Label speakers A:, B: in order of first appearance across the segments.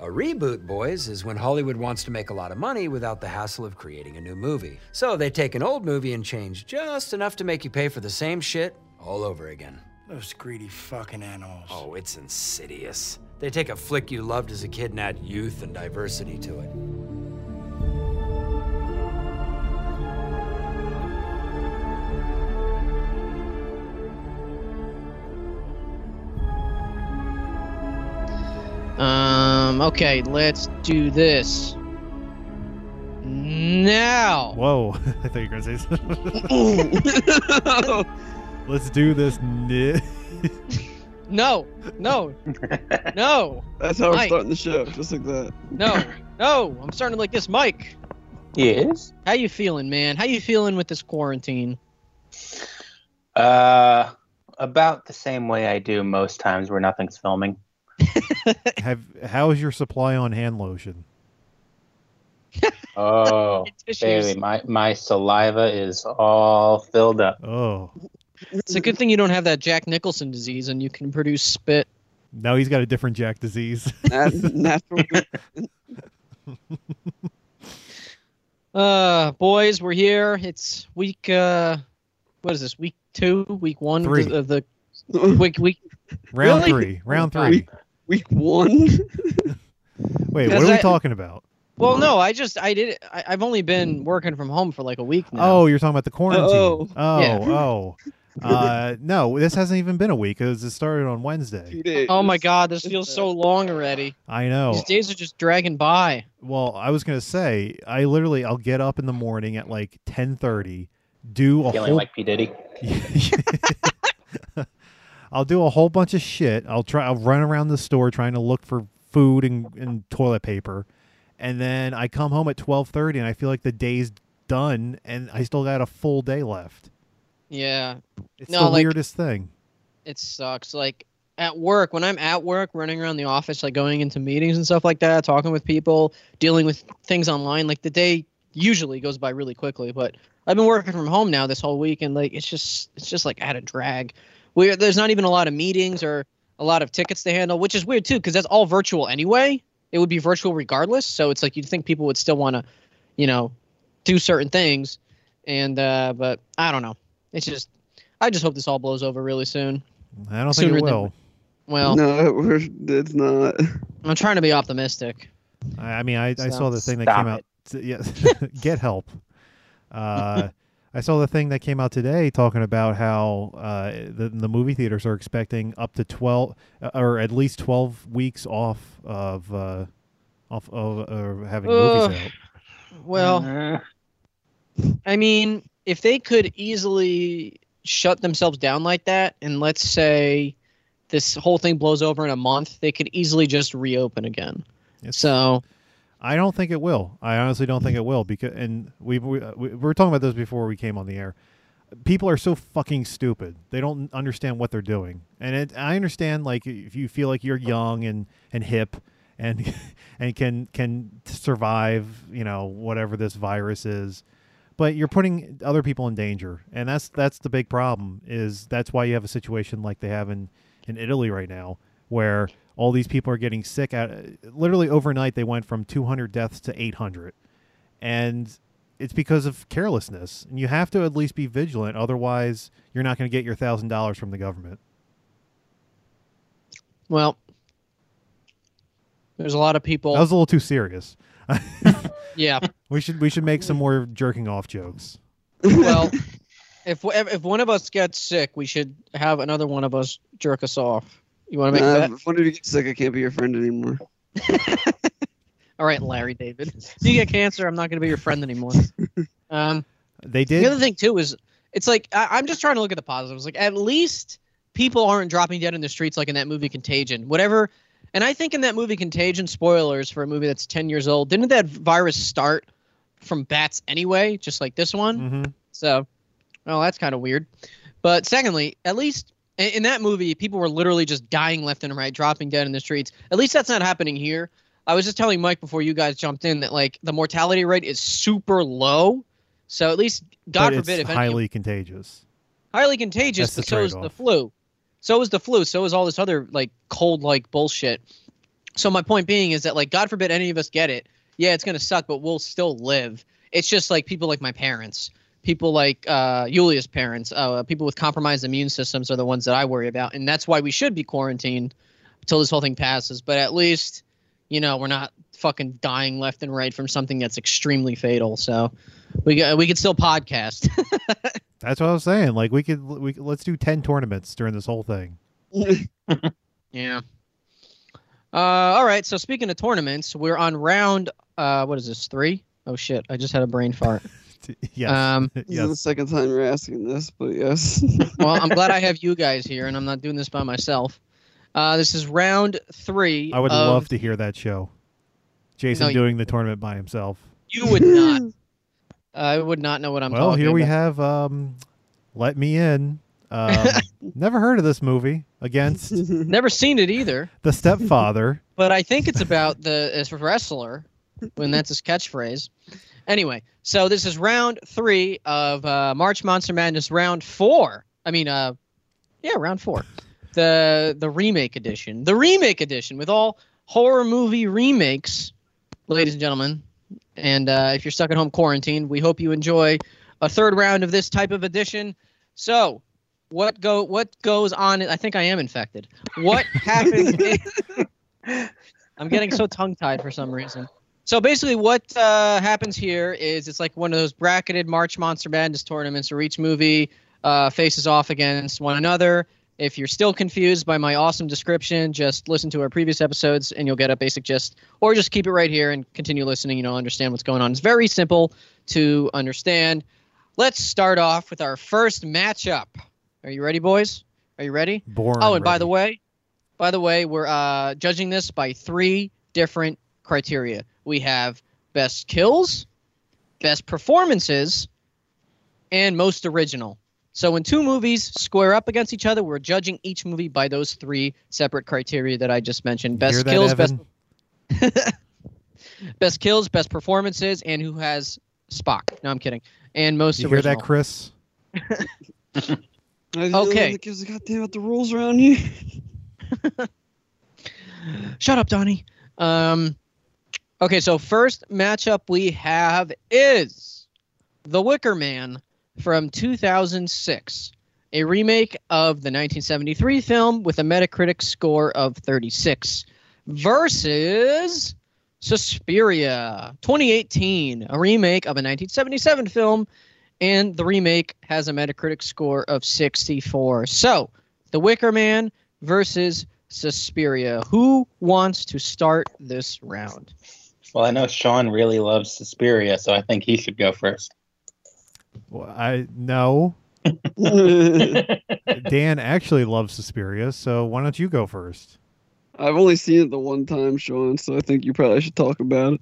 A: A reboot, boys, is when Hollywood wants to make a lot of money without the hassle of creating a new movie. So they take an old movie and change just enough to make you pay for the same shit all over again.
B: Those greedy fucking animals.
A: Oh, it's insidious. They take a flick you loved as a kid and add youth and diversity to it.
C: Um, okay, let's do this. Now!
D: Whoa, I thought you were gonna say. something.
C: Ooh.
D: Let's do this. Ni-
C: no, no, no,
E: That's how we're
C: Mike.
E: starting the show, just like that.
C: no, no. I'm starting like this. Mike,
F: Yes.
C: how you feeling, man? How you feeling with this quarantine?
F: Uh, about the same way I do most times where nothing's filming.
D: Have how is your supply on hand lotion?
F: Oh,
C: Tissues.
F: baby, my my saliva is all filled up.
D: Oh,
C: It's a good thing you don't have that Jack Nicholson disease and you can produce spit.
D: now he's got a different Jack disease.
E: Nat- natural.
C: Uh, boys, we're here. It's week. Uh, what is this? Week two? Week one of the-
D: Three.
C: of the week week.
D: round
C: Really?
D: three. Round
C: Oh,
D: three.
E: Week one.
D: Wait, what
C: Does
D: are we
C: that-
D: talking about?
C: Well, no, I just I did. I, I've only been working from home for like a week now.
D: Oh, you're talking about the quarantine.
E: Uh-oh.
D: Oh,
C: Yeah.
D: oh. Uh, no, this hasn't even been a week because it started on Wednesday.
E: Two days.
C: Oh my God, this feels so long already.
D: I know.
C: These days are just dragging by.
D: Well, I was gonna say, I literally, I'll get up in the morning at like ten thirty, do a
F: Feeling
D: whole
F: like P Diddy.
D: I'll do a whole bunch of shit. I'll try. I'll run around the store trying to look for food and, and toilet paper, and then I come home at twelve thirty, and I feel like the day's done, and I still got a full day left.
C: Yeah,
D: It's
C: No,
D: the
C: like-
D: weirdest thing.
C: it sucks. Like at work, when I'm at work, running around the office, like going into meetings and stuff like that, talking with people, dealing with things online. Like the day usually goes by really quickly, but I've been working from home now this whole week, and like it's just it's just like at a drag. We there's not even a lot of meetings or a lot of tickets to handle, which is weird too, because that's all virtual anyway. It would be virtual regardless, so it's like you'd think people would still want to, you know, do certain things, and uh, but I don't know. It's just I just hope this all blows over really soon.
D: I don't think
C: Sooner
D: it
C: than-
D: will.
C: Well,
E: No, we're, it's not.
C: I'm trying to be optimistic.
D: I, I mean, I, I saw the thing that
F: Stop
D: came out. Yeah, get help. Uh, I saw the thing that came out today talking about how uh, the, the movie theaters are expecting up to twelve uh, or at least twelve weeks off of uh, off of uh, having
C: Ugh.
D: movies out.
C: Well,
F: Mm,
C: I mean, if they could easily shut themselves down like that, and let's say this whole thing blows over in a month, they could easily just reopen again.
D: It's-
C: So,
D: I don't think it will. I honestly don't think it will because, and we, we uh, we we were talking about this before we came on the air. People are so fucking stupid. They don't understand what they're doing. And it, I understand, like, if you feel like you're young and and hip and and can can survive, you know, whatever this virus is, but you're putting other people in danger, and that's that's the big problem. Is that's why you have a situation like they have in in Italy right now, where all these people are getting sick at literally overnight they went from 200 deaths to 800 and it's because of carelessness and you have to at least be vigilant otherwise you're not going to get your thousand dollars from the government
C: well, there's a lot of people.
D: that was a little too serious
C: yeah.
D: we should we should make some more jerking off jokes
C: Well, if if one of us gets sick, we should have another one of us jerk us off. You want to make
E: Nah,
C: that?
E: if one of you gets sick, I can't be your friend anymore.
C: All right, Larry David. If you get cancer, I'm not going to be your friend anymore. Um,
D: they
C: The other
D: did
C: thing too is it's like I, I'm just trying to look at the positives. Like at least people aren't dropping dead in the streets like in that movie Contagion. Whatever. And I think in that movie Contagion, spoilers for a movie that's 10 years old, didn't that virus start from bats anyway, just like this one?
D: hmm
C: So, well, that's kind of weird. But secondly, at least in, in that movie, people were literally just dying left and right, dropping dead in the streets. At least that's not happening here. I was just telling Mike before you guys jumped in that like the mortality rate is super low. So at least, God
D: but
C: forbid,
D: it's
C: if any,
D: highly contagious
C: highly contagious,
D: That's the
C: but so is the
D: trade-off.
C: flu. So is the flu. So is all this other like cold like bullshit. So my point being is that like God forbid any of us get it. Yeah, it's gonna suck, but we'll still live. It's just like people like my parents, people like uh, Yulia's parents, uh, people with compromised immune systems are the ones that I worry about, and that's why we should be quarantined until this whole thing passes. But at least, you know, we're not fucking dying left and right from something that's extremely fatal. So we got, we could still podcast.
D: That's what I was saying. Like we could we could- let's do ten tournaments during this whole thing.
C: Yeah. Uh, all right. So speaking of tournaments, we're on round. Uh, what is this? Three? Oh shit! I just had a brain fart.
D: yes.
C: Um,
E: This is the
D: yes.
E: second time you're asking this, but yes.
C: well, I'm glad I have you guys here, and I'm not doing this by myself. Uh, this is round three.
D: I would
C: of-
D: love to hear that show. Jason
C: um, you-
D: doing the tournament by himself.
C: You would not. I would not know what I'm
D: well,
C: talking
D: here we
C: about.
D: have um, Let Me In. Um, never heard of this movie against
C: Never seen it either,
D: The Stepfather.
C: but I think it's about the it's a wrestler, when that's his catchphrase. Anyway, so this is round three of uh, March Monster Madness. Round four. I mean, uh, yeah, round four. The the remake edition. The remake edition with all horror movie remakes, ladies and gentlemen. And uh, if you're stuck at home quarantined, we hope you enjoy a third round of this type of edition. So, what go what goes on? I think I am infected. What happens? in- I'm getting so tongue tied for some reason. So basically, what uh, happens here is it's like one of those bracketed March Monster Madness tournaments where each movie uh, faces off against one another. If you're still confused by my awesome description, just listen to our previous episodes and you'll get a basic gist, or just keep it right here and continue listening. You know, understand what's going on. It's very simple to understand. Let's start off with our first matchup. Are you ready, boys? Are you ready?
D: Born.
C: Oh, and by the way, by the way, we're uh, judging this by three different criteria. We have best kills, best performances, and most original. So when two movies square up against each other, we're judging each movie by those three separate criteria that I just mentioned: best
D: hear that,
C: kills, best
D: Evan?
C: best kills, best performances, and who has Spock. No, I'm kidding. And most
D: You hear
C: original.
D: that, Chris?
E: I'm the only one
C: Okay.
E: that gives a goddamn about the rules around here.
C: Shut up, Donnie. Um, okay, so first matchup we have is The Wicker Man from 2006, a remake of the 1973 film with a Metacritic score of 36, versus Suspiria 2018, a remake of a 1977 film, and the remake has a Metacritic score of 64. So, The Wicker Man versus Suspiria. Who wants to start this round?
F: Well, I know Sean really loves Suspiria, so I think he should go first.
D: Well, I no. Dan actually loves Suspiria, so why don't you go first?
E: I've only seen it the one time, Sean, so I think you probably should talk about it.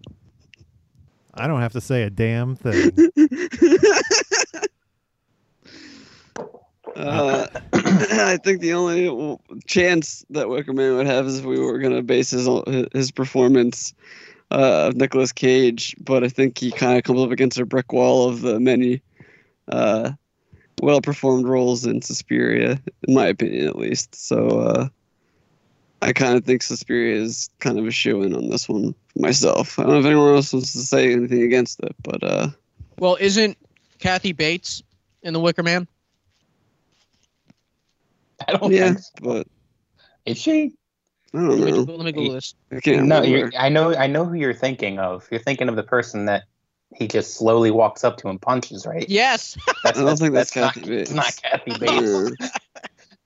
D: I don't have to say a damn thing.
E: Uh, I think the only chance that Wicker Man would have is if we were going to base his his performance uh, of Nicolas Cage, but I think he kind of comes up against a brick wall of the many uh, well performed roles in Suspiria, in my opinion, at least. So uh, I kind of think Suspiria is kind of a shoe in on this one myself. I don't know if anyone else wants to say anything against it, but uh,
C: Well, isn't Kathy Bates in The Wicker Man?
F: I don't
E: yeah,
F: think so.
E: but
F: Is she?
E: I don't
C: Let me,
E: know.
C: let me Google this.
E: I can't
F: no,
E: remember.
F: you're, I know. I know who you're thinking of. You're thinking of the person that he just slowly walks up to and punches, right?
C: Yes.
F: That's,
E: I don't think that's
F: not,
E: Kathy Bates.
F: Not Kathy
E: Yeah.
F: Bates.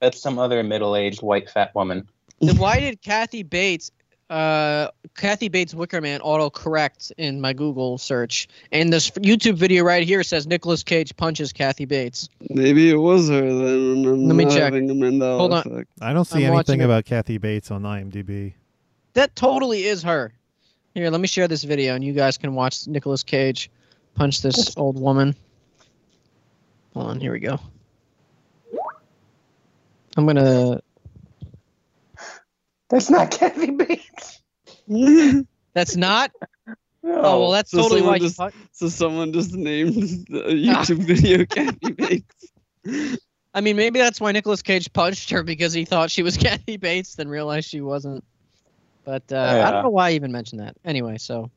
F: that's some other middle-aged white fat woman.
C: then why did Kathy Bates, uh, Kathy Bates Wicker Man autocorrect in my Google search? And this YouTube video right here says Nicolas Cage punches Kathy Bates.
E: Maybe it was her then. and I'm
C: Let me
E: not
C: check.
E: having a Mandela
C: Hold on.
E: effect.
D: I don't see
C: I'm watching
D: anything
C: it.
D: about Kathy Bates on IMDb.
C: That totally is her. Here, let me share this video, and you guys can watch Nicolas Cage punch this old woman. Hold on, here we go. I'm gonna.
F: That's not Kathy Bates.
C: That's not.
F: No.
C: Oh well, that's
E: So
C: totally
E: someone
C: why. you
E: just-
C: pun-
E: so someone just named
F: Ah.
E: the YouTube video Kathy Bates.
C: I mean, maybe that's why Nicolas Cage punched her because he thought she was Kathy Bates, then realized she wasn't. But uh, I
F: Yeah.
C: don't know why I even mentioned that. Anyway, so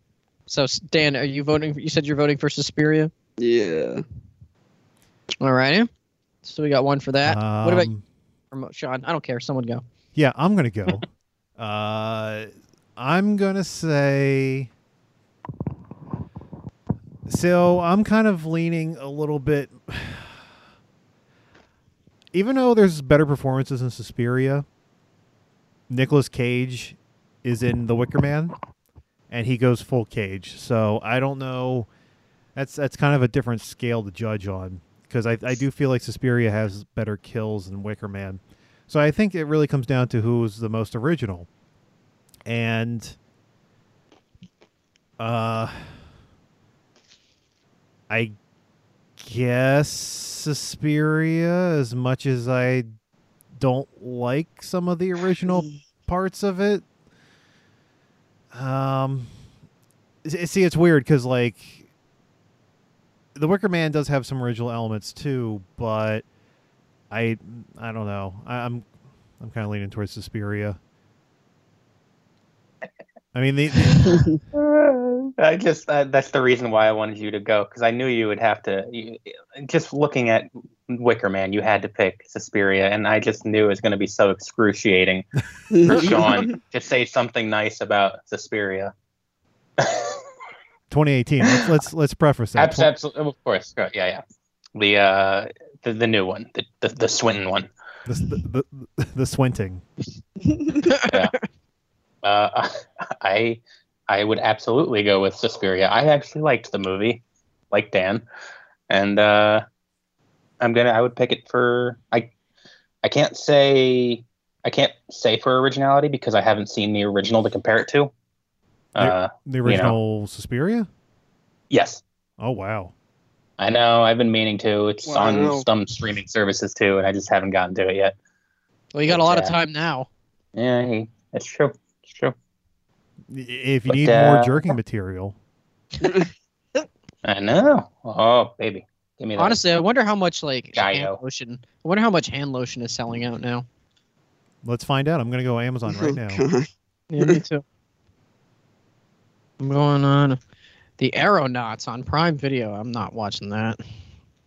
C: so s- Dan, are you voting? You said you're voting for Suspiria.
E: Yeah.
C: All righty. So we got one for that. Uh, what about
D: Um,
C: or Mo- Sean? I don't care. Someone go.
D: Yeah, I'm gonna go. uh, I'm gonna say. So I'm kind of leaning a little bit. Even though there's better performances in Suspiria, Nicolas Cage is in The Wicker Man, and he goes full Cage. So I don't know. That's that's kind of a different scale to judge on because I, I do feel like Suspiria has better kills than Wicker Man. So I think it really comes down to who's the most original. And uh I guess Suspiria as much as I don't like some of the original parts of it. Um s- see it's weird cuz like The Wicker Man does have some original elements too, but I I don't know. I, I'm I'm kind of leaning towards Suspiria. I mean, the,
F: I just uh, that's the reason why I wanted you to go because I knew you would have to. You, just looking at Wicker Man, you had to pick Suspiria, and I just knew it was going to be so excruciating for Sean to say something nice about Suspiria.
D: 2018. Let's let's, let's preface that.
F: Abs- absolutely, of course, yeah, yeah. The uh, the, the new one, the, the the Swinton one.
D: Tw- the, the, the, the swinting.
F: Uh, I I would absolutely go with Suspiria. I actually liked the movie, like Dan, and uh, I'm gonna I would pick it for I I can't say I can't say for originality because I haven't seen the original to compare it to. Uh,
D: The original Suspiria.
F: yes,
D: Oh wow.
F: I know I've been meaning to. It's
E: Well, I know.
F: on some streaming services too, and I just haven't gotten to it yet.
C: Well, you got a lot of
F: Yeah.
C: time now.
F: Yeah, he- it's true. It's true.
D: I- If you
F: But,
D: need
F: uh,
D: more jerking material,
F: I know. Oh, baby, give me that.
C: Honestly, I wonder how much like hand
F: Gaio.
C: lotion. I wonder how much hand lotion is selling out now.
D: let's find out. I'm gonna go Amazon right now.
E: God.
C: Yeah, me too. I'm going on the Aeronauts on Prime Video. I'm not watching that.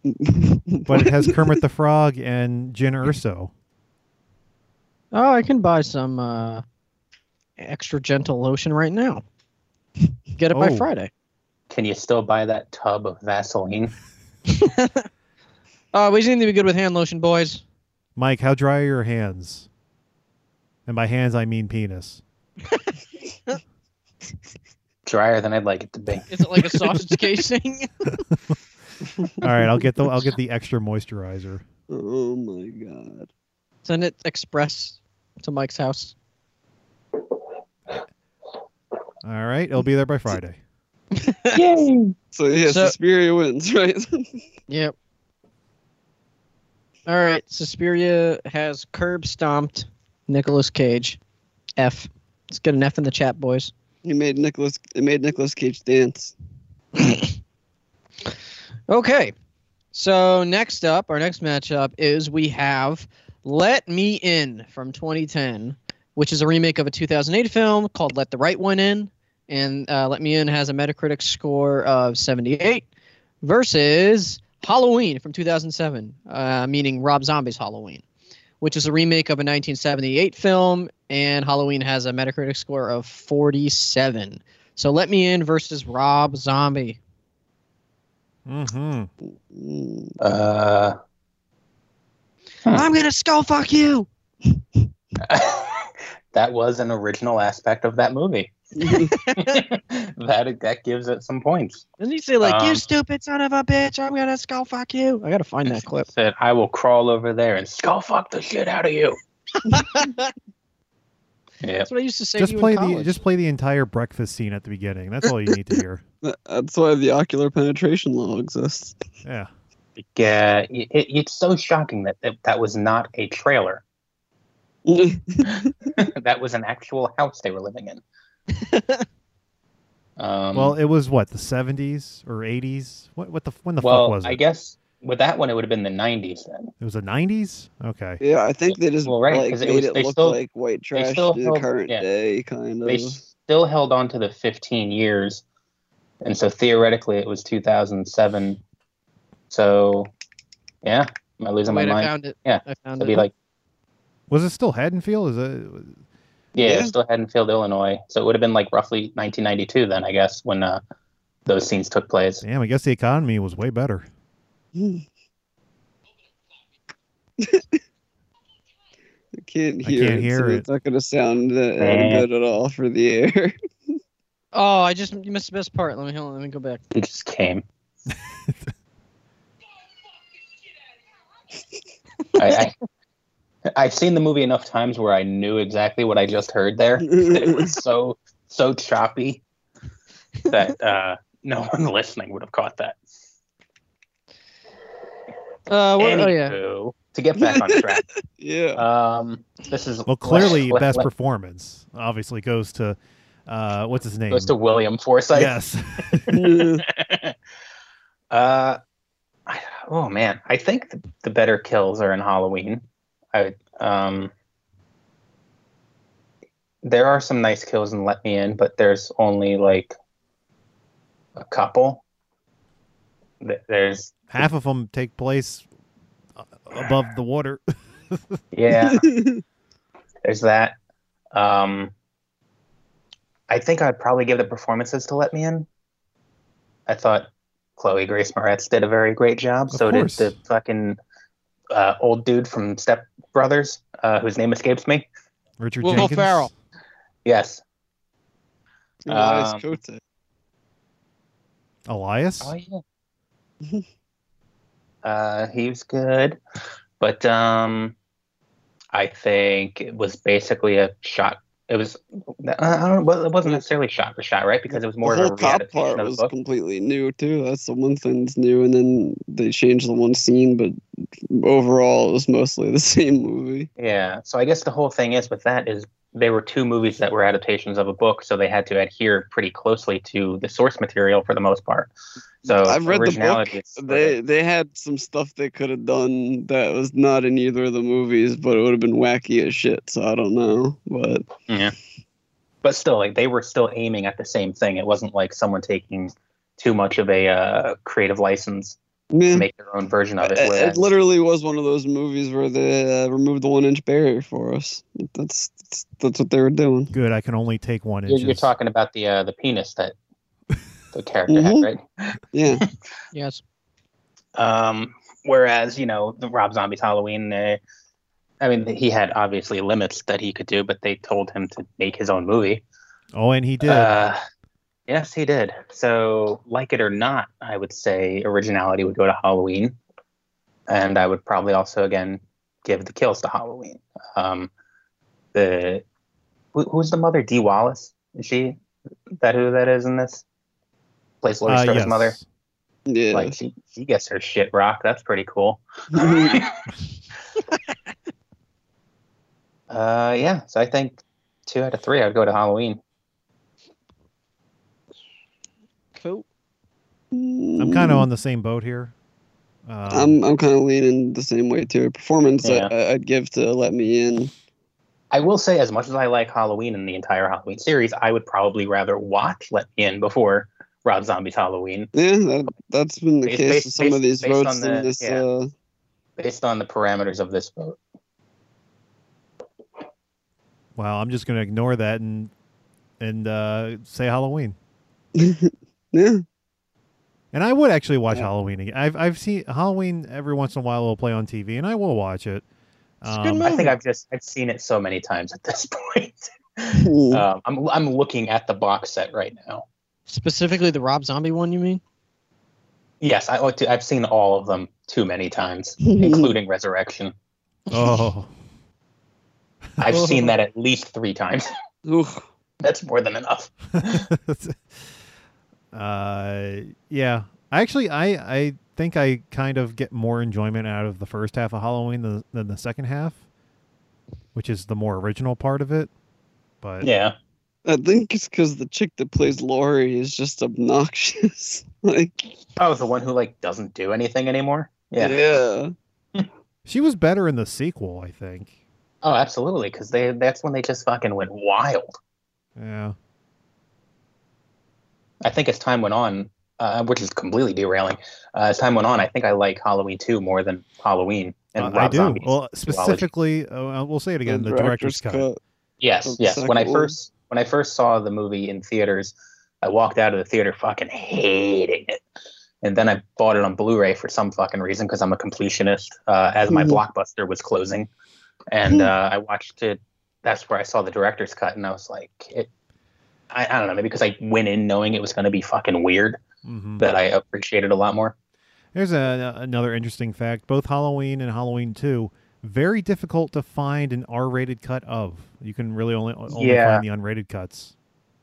D: But it has Kermit the Frog and Jin Urso.
C: Oh, I can buy some uh, extra gentle lotion right now. Get it by
D: Oh.
C: Friday.
F: Can you still buy that tub of Vaseline?
C: Oh, we just need to be good with hand lotion, boys.
D: Mike, how dry are your hands? And by hands, I mean penis.
F: Drier than I'd like it to be.
C: Is it like a sausage casing?
D: All right, I'll get the I'll get the extra moisturizer.
E: Oh my god.
C: Send it express to Mike's house.
D: All right, it'll be there by Friday.
F: Yay!
E: So yeah,
C: So-
E: Suspiria wins, right?
C: Yep. All right, Suspiria has curb stomped Nicolas Cage. F. Let's get an F in the chat, boys.
E: he made Nicholas. It made Nicholas Cage dance.
C: Okay. So next up, our next matchup is we have Let Me In from 2010, which is a remake of a 2008 film called Let the Right One In. And uh, Let Me In has a Metacritic score of 78 versus Halloween from 2007, uh, meaning Rob Zombie's Halloween, which is a remake of a 1978 film. And Halloween has a Metacritic score of 47. So Let Me In versus Rob Zombie.
D: Mm-hmm.
E: Mm.
F: Uh,
C: I'm gonna skull fuck you.
F: that was an original aspect of that movie. that that gives it some points.
C: Doesn't he say like, "You
F: Um,
C: stupid son of a bitch, I'm gonna skull fuck you"? I gotta find that clip.
F: Said I will crawl over there and skull fuck the shit out of you.
C: That's
F: Yeah.
C: what I used to say.
D: Just
C: to you
D: play
C: in
D: the
C: college.
D: just play the entire breakfast scene at the beginning. That's all you need to hear.
E: That- That's why the ocular penetration law exists.
D: Yeah.
F: Yeah, it, it's so shocking that, that that was not a trailer. that was an actual house they were living in. um,
D: Well, it was what the seventies or eighties. What what the when the
F: well,
D: fuck was it?
F: I guess with that one, it would have been the '90s then.
D: It was the 90s? Okay.
E: Yeah, I think they just
F: Well, right,
E: like
F: 'cause it
E: made
F: was-
E: it
F: they
E: look
F: still-
E: like white trash
F: still
E: to the
F: held-
E: current
F: yeah.
E: day, kind of.
F: They still held on to the 15 years, and so theoretically, it was 2007. So, yeah, am I losing
C: Wait,
F: my
C: I
F: mind?
C: found it.
F: Yeah,
C: I found
F: It'd
C: it.
F: be like,
D: Was it still Haddonfield? Is that
F: yeah,
E: Yeah.
F: it still hadn't filled Illinois, so it would have been like roughly 1992 then, I guess, when uh, those scenes took place.
D: Damn, I guess the economy was way better.
E: you can't
D: I
E: hear
D: can't
E: it,
D: hear
E: so
D: it.
E: it's not going to sound that
F: Eh.
E: good at all for the air.
C: oh, I just you missed the best part. Let me hold on, let me go back.
F: It just came. I, I, I've seen the movie enough times where I knew exactly what I just heard there. it was so so choppy that uh, no one listening would have caught that.
C: Uh, what, oh yeah.
F: Anywho, to get back on track,
E: yeah.
F: um, this is
D: Well, clearly,
F: let-
D: best
F: let-
D: performance obviously goes to uh, what's his name?
F: goes to William Forsythe.
D: yes,
F: uh, I, oh man, I think the, the better kills are in Halloween. I um, there are some nice kills in Let Me In, but there's only like a couple. Th- There's
D: half of them take place a- above the water.
F: yeah, there's that. Um, I think I'd probably give the performances to Let Me In. I thought Chloe Grace Moretz did a very great job.
D: Of
F: so
D: course.
F: did the fucking uh, old dude from Step Brothers, uh, whose name escapes me.
D: Richard
C: Will
D: Jenkins.
C: Ferrell.
F: Yes.
E: Elias
F: Um,
E: Cote.
D: Elias.
F: Oh yeah. uh, he was good, but um, I think it was basically a shot. It was I I don't know. It wasn't necessarily shot for shot, right? Because it was more
E: the
F: of
E: whole
F: a
E: cop
F: readaptation
E: part
F: of
E: was
F: the book.
E: completely new too. That's the one thing that's new, and then they changed the one scene, but overall it was mostly the same movie.
F: Yeah. So I guess the whole thing is with that is they were two movies that were adaptations of a book, so they had to adhere pretty closely to the source material for the most part. So
E: I've read the book.
F: originality is sort of-
E: They they had some stuff they could have done that was not in either of the movies, but it would have been wacky as shit. So I don't know, but
F: but still like they were still aiming at the same thing it wasn't like someone taking too much of a uh, creative license to
E: man,
F: make their own version of
E: it,
F: it, whereas-
E: it literally was one of those movies where they uh, removed the one inch barrier for us. That's that's, that's what they were doing.
D: Good. I can only take one
F: you're,
D: inch.
F: you're talking about the uh, the penis that the character had
E: Mhm.
F: right
E: Yeah,
C: Yes.
F: um, whereas you know the rob zombie's halloween they, i mean he had obviously limits that he could do but they told him to make his own movie
D: Oh, and he did.
F: Uh, yes, he did. So, like it or not, I would say originality would go to Halloween, and I would probably also again give the kills to Halloween. Um, the who, who's the mother? Dee Wallace? Is she that who that is in this? Plays Laurie
D: Uh,
F: Strode's
D: yes.
F: mother.
E: yeah.
F: Like she, she gets her shit rock. That's pretty cool. uh, yeah. So I think two out of three, I'd go to Halloween.
C: Cool.
D: I'm kind of on the same boat here. Um,
E: I'm I'm kind of leaning the same way too. Performance I
F: Yeah.
E: I, I'd give to Let Me In.
F: I will say, as much as I like Halloween and the entire Halloween series, I would probably rather watch Let Me In before Rob Zombie's Halloween,
E: Yeah, that that's been the
F: Based-
E: case
F: based-
E: with some of
F: based-
E: these
F: based
E: votes
F: on
E: in
F: the-
E: this.
F: yeah.
E: Uh,
F: based on the parameters of this vote.
D: well, I'm just gonna ignore that and and uh, say Halloween.
E: yeah,
D: And I would actually watch
E: Yeah.
D: Halloween again. I've I've seen Halloween every once in a while. Will play on TV, and I will watch it.
C: It's a good
D: Um,
C: movie.
F: I think I've just I've seen it so many times at this point.
E: Hmm.
F: um, I'm I'm looking at the box set right now.
C: Specifically the Rob Zombie one, you mean?
F: Yes, I, oh, dude, I've seen all of them too many times, including Resurrection.
D: oh,
F: I've seen that at least three times.
E: Oof.
F: That's more than enough.
D: uh, yeah. Actually, I I think I kind of get more enjoyment out of the first half of Halloween than, than the second half, which is the more original part of it. But
F: Yeah.
E: I think it's because the chick that plays Laurie is just obnoxious. like,
F: Oh, the one who like doesn't do anything anymore. Yeah.
E: yeah.
D: She was better in the sequel, I think.
F: Oh, absolutely, because they that's when they just fucking went wild.
D: Yeah.
F: I think as time went on, uh, which is completely derailing. Uh, as time went on, I think I like Halloween two more than Halloween and
D: Uh,
F: Rob
D: I do.
F: Zombie's
D: Well,
F: duology.
D: specifically, uh, we'll say it again, the, director's, cut.
F: Yes,
E: of the
F: yes. When I
E: second one.
F: first when I first saw the movie in theaters, I walked out of the theater fucking hating it, and then I bought it on Blu-ray for some fucking reason because I'm a completionist. Uh, as my
C: Mhm.
F: blockbuster was closing, and uh, I watched it. That's where I saw the director's cut, and I was like, it. I, I don't know, maybe because I went in knowing it was going to be fucking weird,
D: Mhm.
F: that I appreciated a lot more.
D: Here's a, another interesting fact. Both Halloween and Halloween 2, very difficult to find an R-rated cut of. You can really only, only
F: Yeah.
D: find the unrated cuts.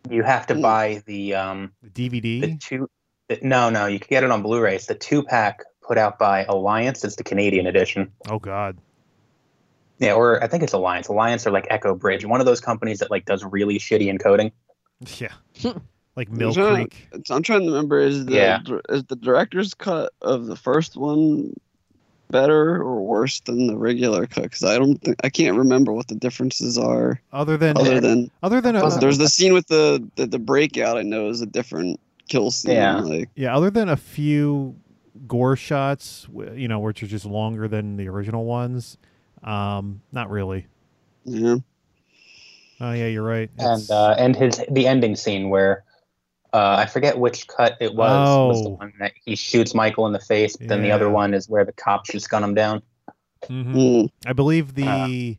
F: You have to
E: Mm.
F: buy the um,
D: The DVD.
F: the two the, no no you can get it on blu-ray it's the two pack put out by alliance it's the canadian edition
D: oh God.
F: yeah or i think it's alliance alliance or like echo bridge one of those companies that like does really shitty encoding
D: Yeah. like Mill
E: There's a-
D: Creek.
E: It's- I'm trying to remember is the
F: Yeah.
E: dir- is the director's cut of the first one better or worse than the regular cut? Because I don't think I can't remember what the differences are.
D: Other than
E: Other than
D: other than a,
F: Wasn't-
E: there's the scene with the the, the breakout. I know is a different kill scene.
F: Yeah.
E: Like
D: yeah, other than a few gore shots, w- you know, which are just longer than the original ones. Um, not really.
E: yeah.
D: Oh yeah, you're right.
F: and
D: It's-
F: uh and his the ending scene where uh, I forget which cut it was. Was the
D: Oh.
F: one that he shoots Michael in the face, but then the other
D: Yeah.
F: one is where the cops just gun him down.
D: Mhm.
E: Mm.
D: I believe the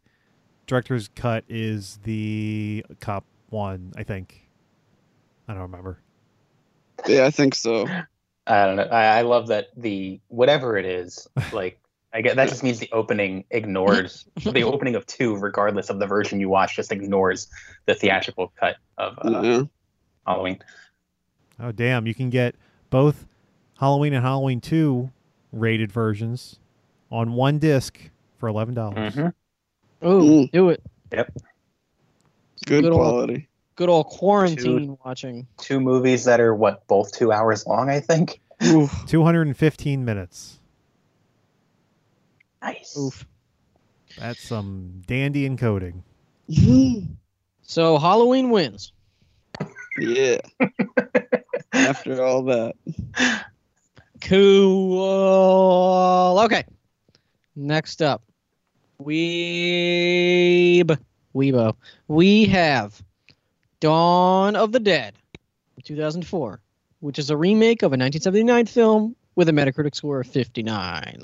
D: director's cut is the cop one. I think. I don't remember.
E: Yeah, I think so.
F: I don't know. I, I love that the whatever it is, like I get that just means the opening ignores the opening of two, regardless of the version you watch, just ignores the theatrical cut of uh,
E: yeah.
D: Mm-hmm.
F: Halloween.
D: Oh damn! You can get both Halloween and Halloween two rated versions on one disc for eleven dollars.
F: Mhm. Mm.
C: Ooh, do it.
E: Good,
C: Good old-
E: quality.
C: Good old quarantine watching.
F: Two movies that are what both two hours long, I think.
E: Oof.
D: Two hundred and fifteen minutes.
F: Nice.
C: Oof.
D: That's some dandy encoding.
C: So Halloween wins.
E: yeah. After all that.
C: Cool. Okay. Next up, Weeb. Weebo. We have Dawn of the Dead, 2004, which is a remake of a 1979 film with a Metacritic score of 59,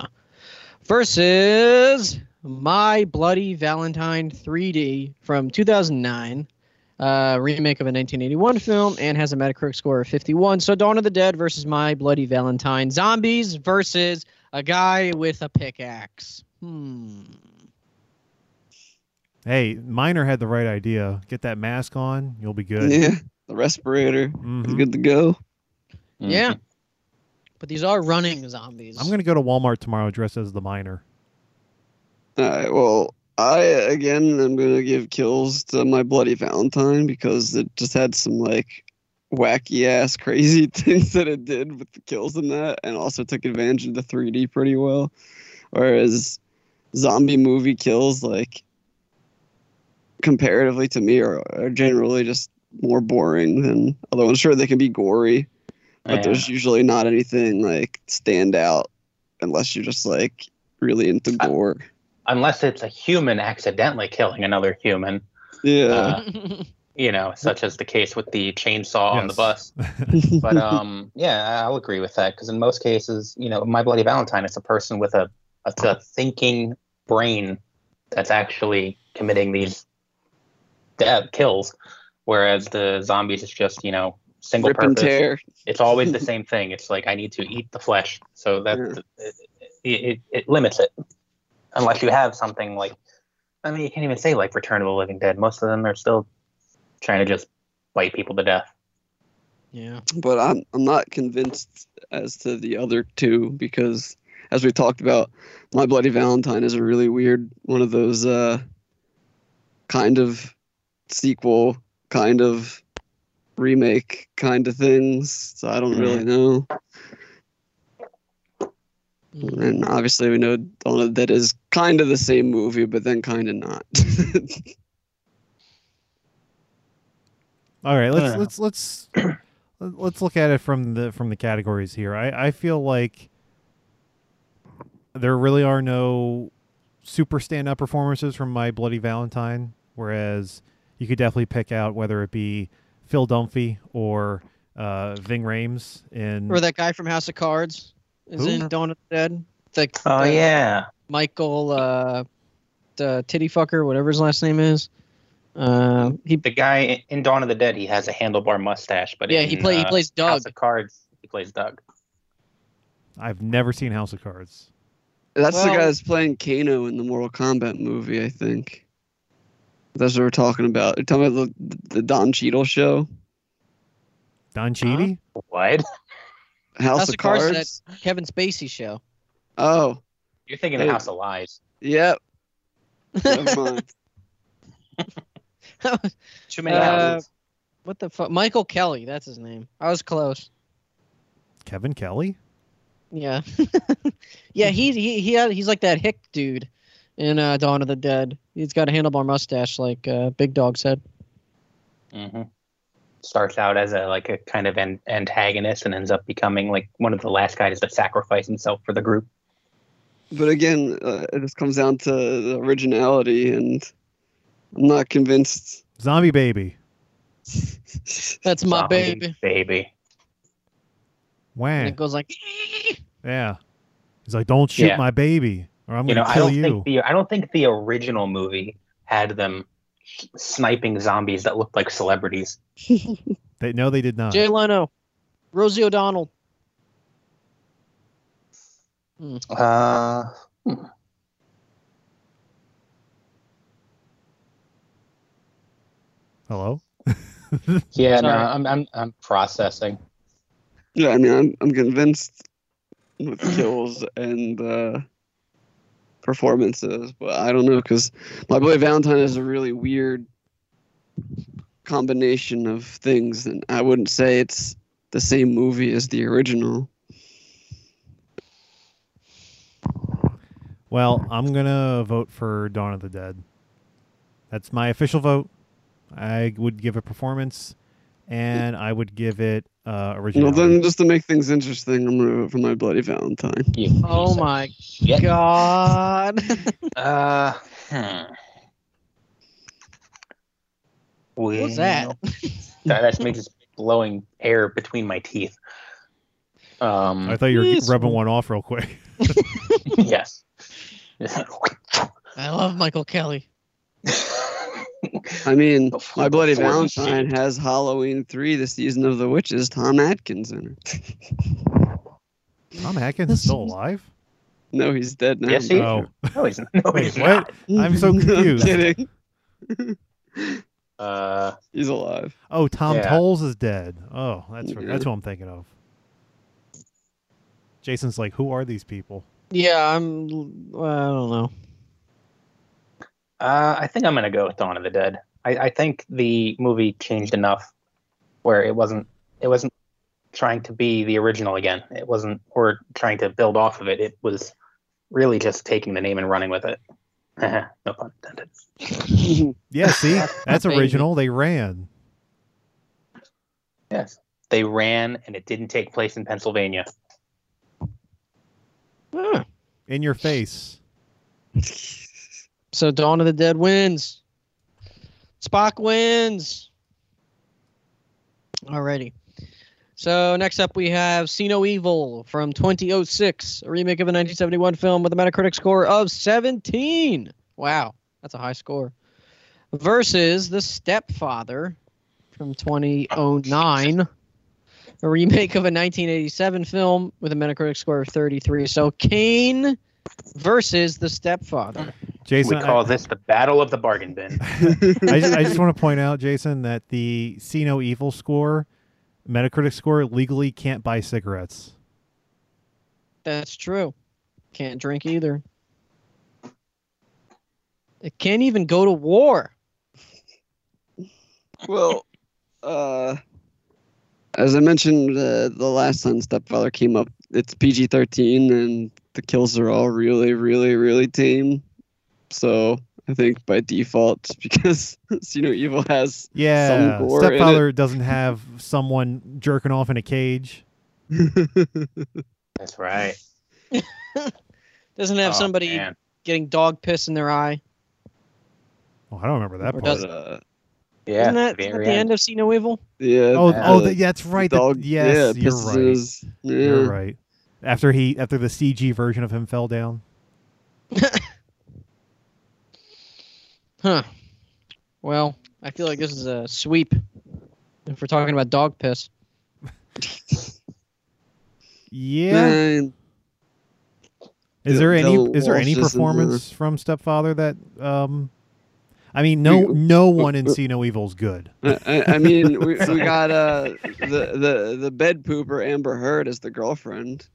C: versus My Bloody Valentine 3D from 2009. uh, remake of a 1981 film and has a Metacritic score of 51. So Dawn of the Dead versus My Bloody Valentine. Zombies versus a guy with a pickaxe. Hmm.
F: Mm-hmm.
D: Hey, Miner had the right idea. Get that mask on, you'll be good.
E: Yeah. The respirator. It's
D: Mhm.
E: good to go.
F: Mhm.
C: Yeah. But these are running zombies.
D: I'm gonna go to Walmart tomorrow dressed as the miner.
E: All right. Well, I again, I'm gonna give kills to my bloody Valentine because it just had some like wacky ass crazy things that it did with the kills and that, and also took advantage of the 3D pretty well. Whereas zombie movie kills, like comparatively to me, are, are generally just more boring than. Although I'm sure they can be gory, but
F: Yeah.
E: there's usually not anything like stand out unless you're just like really into
F: Uh,
E: gore.
F: Unless it's a human accidentally killing another human,
E: Yeah.
F: uh, you know, such as the case with the chainsaw on the
D: Yes.
F: bus. but um, yeah, I'll agree with that because in most cases, you know, My Bloody Valentine is a person with a, a, a thinking brain that's actually committing these death kills, whereas the zombies is just you know single
E: Rip and
F: purpose.
E: tear.
F: It's always the same thing. It's like I need to eat the flesh, so that it, it, it limits it, unless you have something like. I mean, you can't even say like Return of the Living Dead. Most of them are still trying to just bite people to death.
C: yeah.
E: But I'm I'm not convinced as to the other two because as we talked about, My Bloody Valentine is a really weird one of those uh kind of sequel, kind of
F: Mm-hmm.
E: remake kind of things. So I don't really know. And obviously, we know uh, that is kind of the same movie, but then kind of not.
D: All right, let's
F: Yeah.
D: let's let's let's look at it from the from the categories here. I I feel like there really are no super stand up performances from My Bloody Valentine, whereas you could definitely pick out whether it be Phil Dunphy or uh, Ving Rhames in
C: Or that guy from House of Cards is
D: Who?
C: in Dawn of the Dead. The,
F: Oh
C: the
F: yeah.
C: Michael, uh, the titty fucker, whatever his last name is. Uh, he
F: The guy in- in Dawn of the Dead, he has a handlebar mustache, but
C: yeah, he
F: in,
C: play he
F: uh,
C: plays Doug.
F: House of Cards. He plays Doug.
D: I've never seen House of Cards.
E: that's the guy
C: Well-
E: that's playing Kano in the Mortal Kombat movie, I think. That's what we're talking about. You're talking about the, the Don Cheadle show,
F: Uh-huh.
D: Don Cheadle?
F: What?
E: House, of, Cards.
C: that Kevin Spacey show.
E: Oh,
F: You're thinking
E: Hey.
F: of House of Lies.
E: yep. Never mind.
F: Too many
C: Uh,
F: houses.
C: What the fuck? Michael Kelly, that's his name. I was close.
D: Kevin Kelly?
C: Yeah, yeah. He he he had, he's like that hick dude in uh, Dawn of the Dead. He's got a handlebar mustache like uh, Big Dog said.
F: hmm Starts out as a like a kind of an antagonist and ends up becoming like one of the last guys to sacrifice himself for the group.
E: But again, uh, it just comes down to the originality, and I'm not convinced.
D: Zombie Baby.
C: That's my
F: Zombie
C: baby.
F: Baby.
C: And
D: Wah.
C: it goes like,
D: Yeah. He's like, don't shoot
F: Yeah.
D: my baby or I'm
F: You know,
D: going to
F: I
D: kill
F: don't
D: you.
F: think the I don't think the original movie had them sniping zombies that looked like celebrities.
D: They, no, they did not.
C: Jay Leno, Rosie O'Donnell.
F: Uh,
D: Hello?
F: yeah,
C: Sorry.
F: no, I'm I'm I'm processing.
E: Yeah, I mean, I'm I'm convinced with kills and uh, performances, but I don't know because my boy Valentine is a really weird combination of things, and I wouldn't say it's the same movie as the original.
D: Well, I'm gonna vote for Dawn of the Dead. That's my official vote. I would give a performance, and I would give it uh, original.
E: Well, then just to make things interesting, I'm gonna vote for my bloody Valentine.
F: You
C: Oh
F: piece of
C: my
F: shit.
C: god.
F: Uh, hmm.
C: What's that?
F: that? That's me just blowing air between my teeth.
D: I
F: Um,
D: thought you were
C: Yes.
D: rubbing one off real quick.
F: yes.
C: I love Michael Kelly.
E: I mean,
F: The f-
E: my bloody
F: the fourth
E: Valentine has Halloween three, the season of the witches, Tom Atkins in it.
D: Tom Atkins is still alive.
E: No, he's dead now.
F: Yes, he is.
D: Oh,
F: no, he's, no,
D: wait,
F: he's
D: what?
F: not.
D: I'm so confused.
E: kidding.
F: Uh,
E: He's alive.
D: Oh, Tom
F: Yeah.
D: Tolles is dead. Oh, that's right.
E: Yeah.
D: that's what I'm thinking of. Jason's like, who are these people?
C: Yeah, I'm. Well, I don't know.
F: uh, I think I'm gonna go with Dawn of the Dead. I, I think the movie changed enough where it wasn't it wasn't trying to be the original again. It wasn't or trying to build off of it. It was really just taking the name and running with it. no pun intended.
D: Yeah, see, that's
C: Baby.
D: original. They ran.
F: Yes. They ran and it didn't take place in Pennsylvania.
C: Huh.
D: In your face.
C: So Dawn of the Dead wins. Spock wins. Alrighty. So next up we have See No Evil from 2006, a remake of a 1971 film with a Metacritic score of 17. Wow, that's a high score. Versus The Stepfather from 2009, a remake of a 1987 film with a Metacritic score of 33. So Kane versus The Stepfather.
D: Jason,
F: we
D: I-
F: call this the Battle of the Bargain Bin.
D: I just, I just want to point out, Jason, that the See No Evil score, Metacritic score, legally can't buy cigarettes.
C: That's true. Can't drink either. It can't even go to war.
E: well, uh, as I mentioned uh, the last time Stepfather came up, it's PG thirteen and the kills are all really, really, really tame. So I think by default, just because you know Evil has
D: Yeah,
E: gore in it.
D: Stepfather doesn't have someone jerking off in a cage.
F: That's right.
C: Doesn't have
F: Oh,
C: somebody
F: man.
C: getting dog piss in their eye.
D: Oh, I don't remember that
C: Or
D: part.
E: but,
C: doesn't-
E: uh,
F: Yeah.
C: Isn't that
F: the
C: at
F: very
C: the end of See No Evil?
E: yeah.
D: Oh,
E: the-
D: oh, th- yeah, that's right. that-
E: dog-
D: yes,
E: yeah,
D: you're
E: pisses
D: right.
E: in his- yeah.
D: You're right. After he, after the CG version of him fell down.
C: Huh. Well, I feel like this is a sweep. If we're talking about dog piss,
D: Yeah.
E: Man,
D: Is
E: Del-
D: there any
E: Del
D: is there any
E: Walsh is in
D: performance from Stepfather that um I mean no
E: You-
D: no one in See No Evil's good.
E: I, I- I mean, we, we got uh, the the the bed pooper Amber Heard as the girlfriend.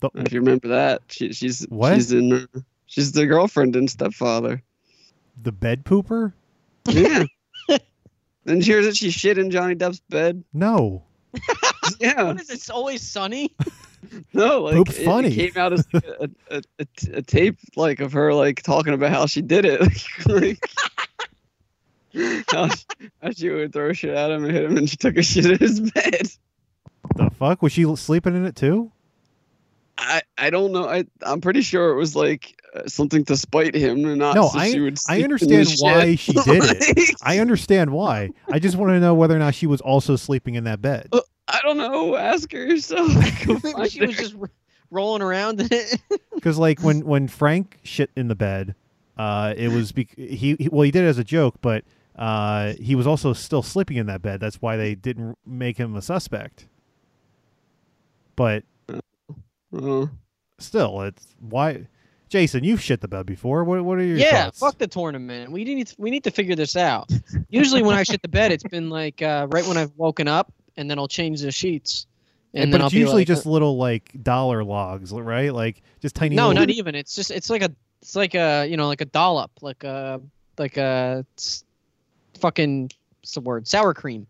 D: The-
E: If you remember that, she, she's
D: What?
E: she's in uh, she's the girlfriend in Stepfather.
D: The bed pooper?
E: Yeah. and here's that she shit in Johnny Depp's bed.
D: No.
E: Yeah.
C: what is it? It's always sunny.
E: No, like
D: Poop's
E: it- it
D: funny.
E: came out as like, a, a, a, a tape like of her like talking about how she did it, like, how, she, how she would throw shit at him and hit him, and she took a shit in his bed.
D: The fuck? Was she l- sleeping in it too?
E: I I don't know. I I'm pretty sure it was like uh, something to spite him and not.
D: No,
E: so she would
D: I
E: sleep in
D: understand
E: his
D: why
E: shit.
D: she did it.
E: Like,
D: I understand why. I just want to know whether or not she was also sleeping in that bed.
E: I don't know. Ask her yourself. Go
C: Maybe
E: find
C: she was
E: her.
C: just r- rolling around in it.
D: Because like when when Frank shit in the bed, uh, it was bec- he, he well he did it as a joke, but uh, he was also still sleeping in that bed. That's why they didn't make him a suspect. But
E: Oh.
D: still, it's why. Jason, you've shit the bed before. What what are your
C: yeah,
D: thoughts?
C: fuck the tournament. We need to, we need to figure this out. Usually when I shit the bed, it's been like uh, right when I've woken up, and then I'll change the sheets, and
D: but
C: then
D: it's
C: I'll
D: usually
C: be like, "Uh,
D: just little like dollar logs, right? Like just tiny.
C: no,
D: little,
C: not even. It's just it's like a it's like a you know like a dollop, like a like a s- fucking what's the word sour cream,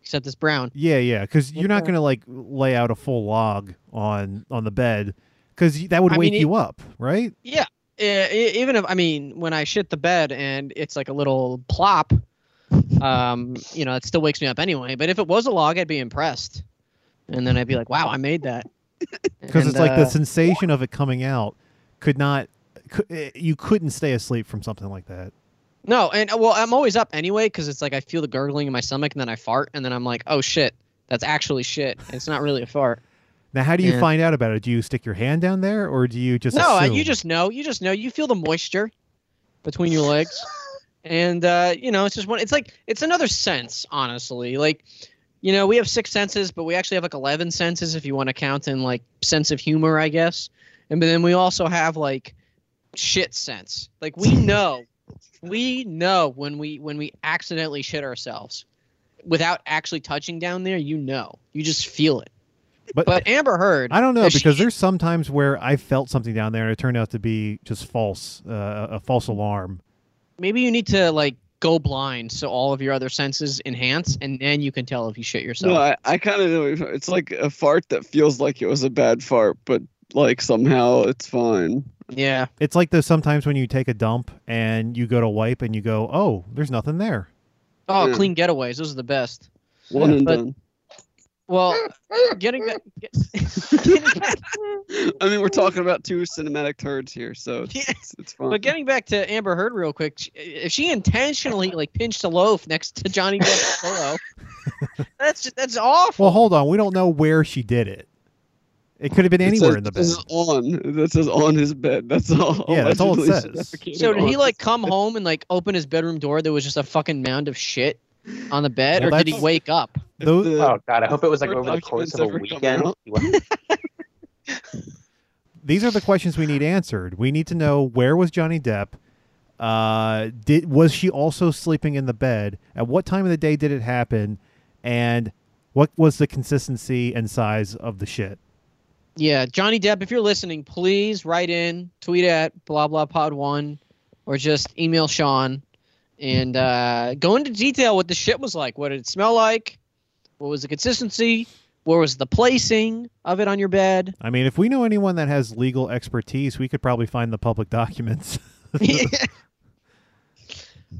C: except it's brown.
D: Yeah, yeah, because you're not
C: Yeah.
D: gonna like lay out a full log on on the bed, because that would
C: I mean,
D: wake
C: it-
D: you up, right?
C: Yeah, e- e- even if I mean when I shit the bed and it's like a little plop, um, you know, it still wakes me up anyway. But if it was a log, I'd be impressed, and then I'd be like, wow, I made that.
D: because it's
C: And,
D: like the
C: uh,
D: sensation of it coming out could not cou- eh, you couldn't stay asleep from something like that
C: No, and uh, well, I'm always up anyway because it's like I feel the gurgling in my stomach and then I fart and then I'm like, oh shit, that's actually shit. It's not really a fart.
D: now how do you
C: Yeah.
D: find out about it do you stick your hand down there or do you just
C: no, uh, you
D: assume?
C: just know. You just know. You feel the moisture between your legs, and uh, you know it's just one. It's like it's another sense, honestly. Like, you know, we have six senses, but we actually have like eleven senses if you want to count in like sense of humor, I guess. And but then we also have like shit sense. Like we know, we know when we when we accidentally shit ourselves without actually touching down there. You know, you just feel it.
D: But-
C: But Amber Heard,
D: i don't know
C: if she-
D: because there's some times where i felt something down there and it turned out to be just false uh, a false alarm
C: maybe you need to like go blind so all of your other senses enhance and then you can tell if you shit yourself
E: No, I, I kind of know. It's like a fart that feels like it was a bad fart, but like somehow it's fine.
C: yeah
D: it's like those sometimes when you take a dump and you go to wipe and you go oh there's nothing there
C: oh
E: Yeah.
C: clean getaways those are the best
E: One and
C: but-
E: done.
C: well getting back getting back-
E: I mean, we're talking about two cinematic turds here, so it's,
C: Yeah.
E: it's, it's fine.
C: but getting back to amber heard real quick sh- if she intentionally like pinched a loaf next to johnny depp's pillow that's just, that's awful
D: well hold on we don't know where she did it it could have been
E: It
D: anywhere
E: says-
D: in the
E: it
D: bed
E: says on that says on his bed. That's all.
D: Yeah, that's all it
E: Allegedly
D: says.
E: suffocated
C: so did
E: on
C: he
E: his
C: like come home and like open his bedroom door there was just a fucking mound of shit on the bed
D: Well,
C: or did he
D: that's-
C: wake up
D: Those-
E: the-
F: Oh God, I hope it was like
E: Word
F: over the course
E: documents
F: of a
E: ever come
F: weekend.
E: out?
F: You went-
D: these are the questions we need answered. We need to know where was Johnny Depp? Uh, did was she also sleeping in the bed? At what time of the day did it happen? And what was the consistency and size of the shit?
C: Yeah, Johnny Depp, if you're listening, please write in, tweet at blah blah pod one, or just email Sean, and uh, go into detail what the shit was like. What did it smell like? What was the consistency? What was the placing of it on your bed?
D: I mean, if we know anyone that has legal expertise, we could probably find the public documents.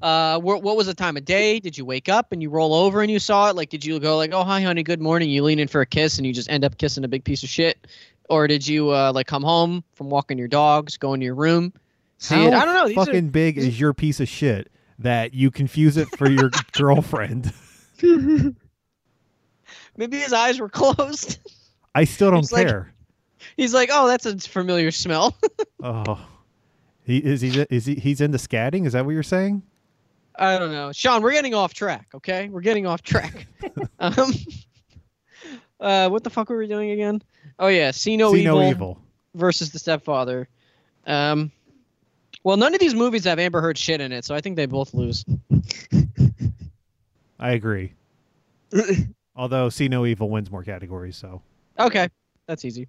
C: uh, what, what was the time of day? Did you wake up and you roll over and you saw it? Like, did you go like, "Oh, hi, honey, good morning"? You lean in for a kiss and you just end up kissing a big piece of shit, or did you uh, like come home from walking your dogs, go into your room, see
D: How
C: it? I don't know. These are-
D: fucking big is your piece of shit that you confuse it for your girlfriend?
C: maybe his eyes were closed.
D: I still don't
C: It's like-
D: care.
C: He's like, "Oh, that's a familiar smell."
D: oh, he is he is he he's into scatting? Is that what you're saying?
C: I don't know, Sean. We're getting off track. Okay, we're getting off track. um, uh, what the fuck were we doing again? Oh yeah, see no
D: See
C: evil.
D: no evil.
C: versus the stepfather. Um, well, none of these movies have Amber Heard shit in it, so I think they both lose.
D: I agree. Although see no evil wins more categories, so
C: Okay, that's easy.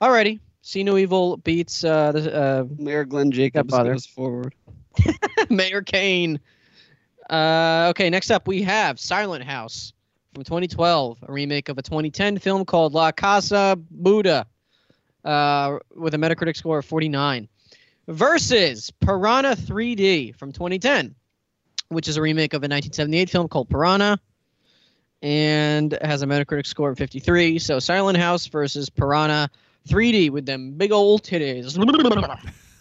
C: Alrighty, See No Evil beats uh, the, uh,
E: Mayor Glenn Jacobs
C: Stepfather.
E: goes forward.
C: Mayor Kane. Uh, okay, next up we have Silent House from 2012, a remake of a 2010 film called La Casa Buddha, uh, with a Metacritic score of 49, versus Piranha 3D from 2010, which is a remake of a 1978 film called Piranha, and has a Metacritic score of 53. So Silent House versus Piranha 3D with them big old titties.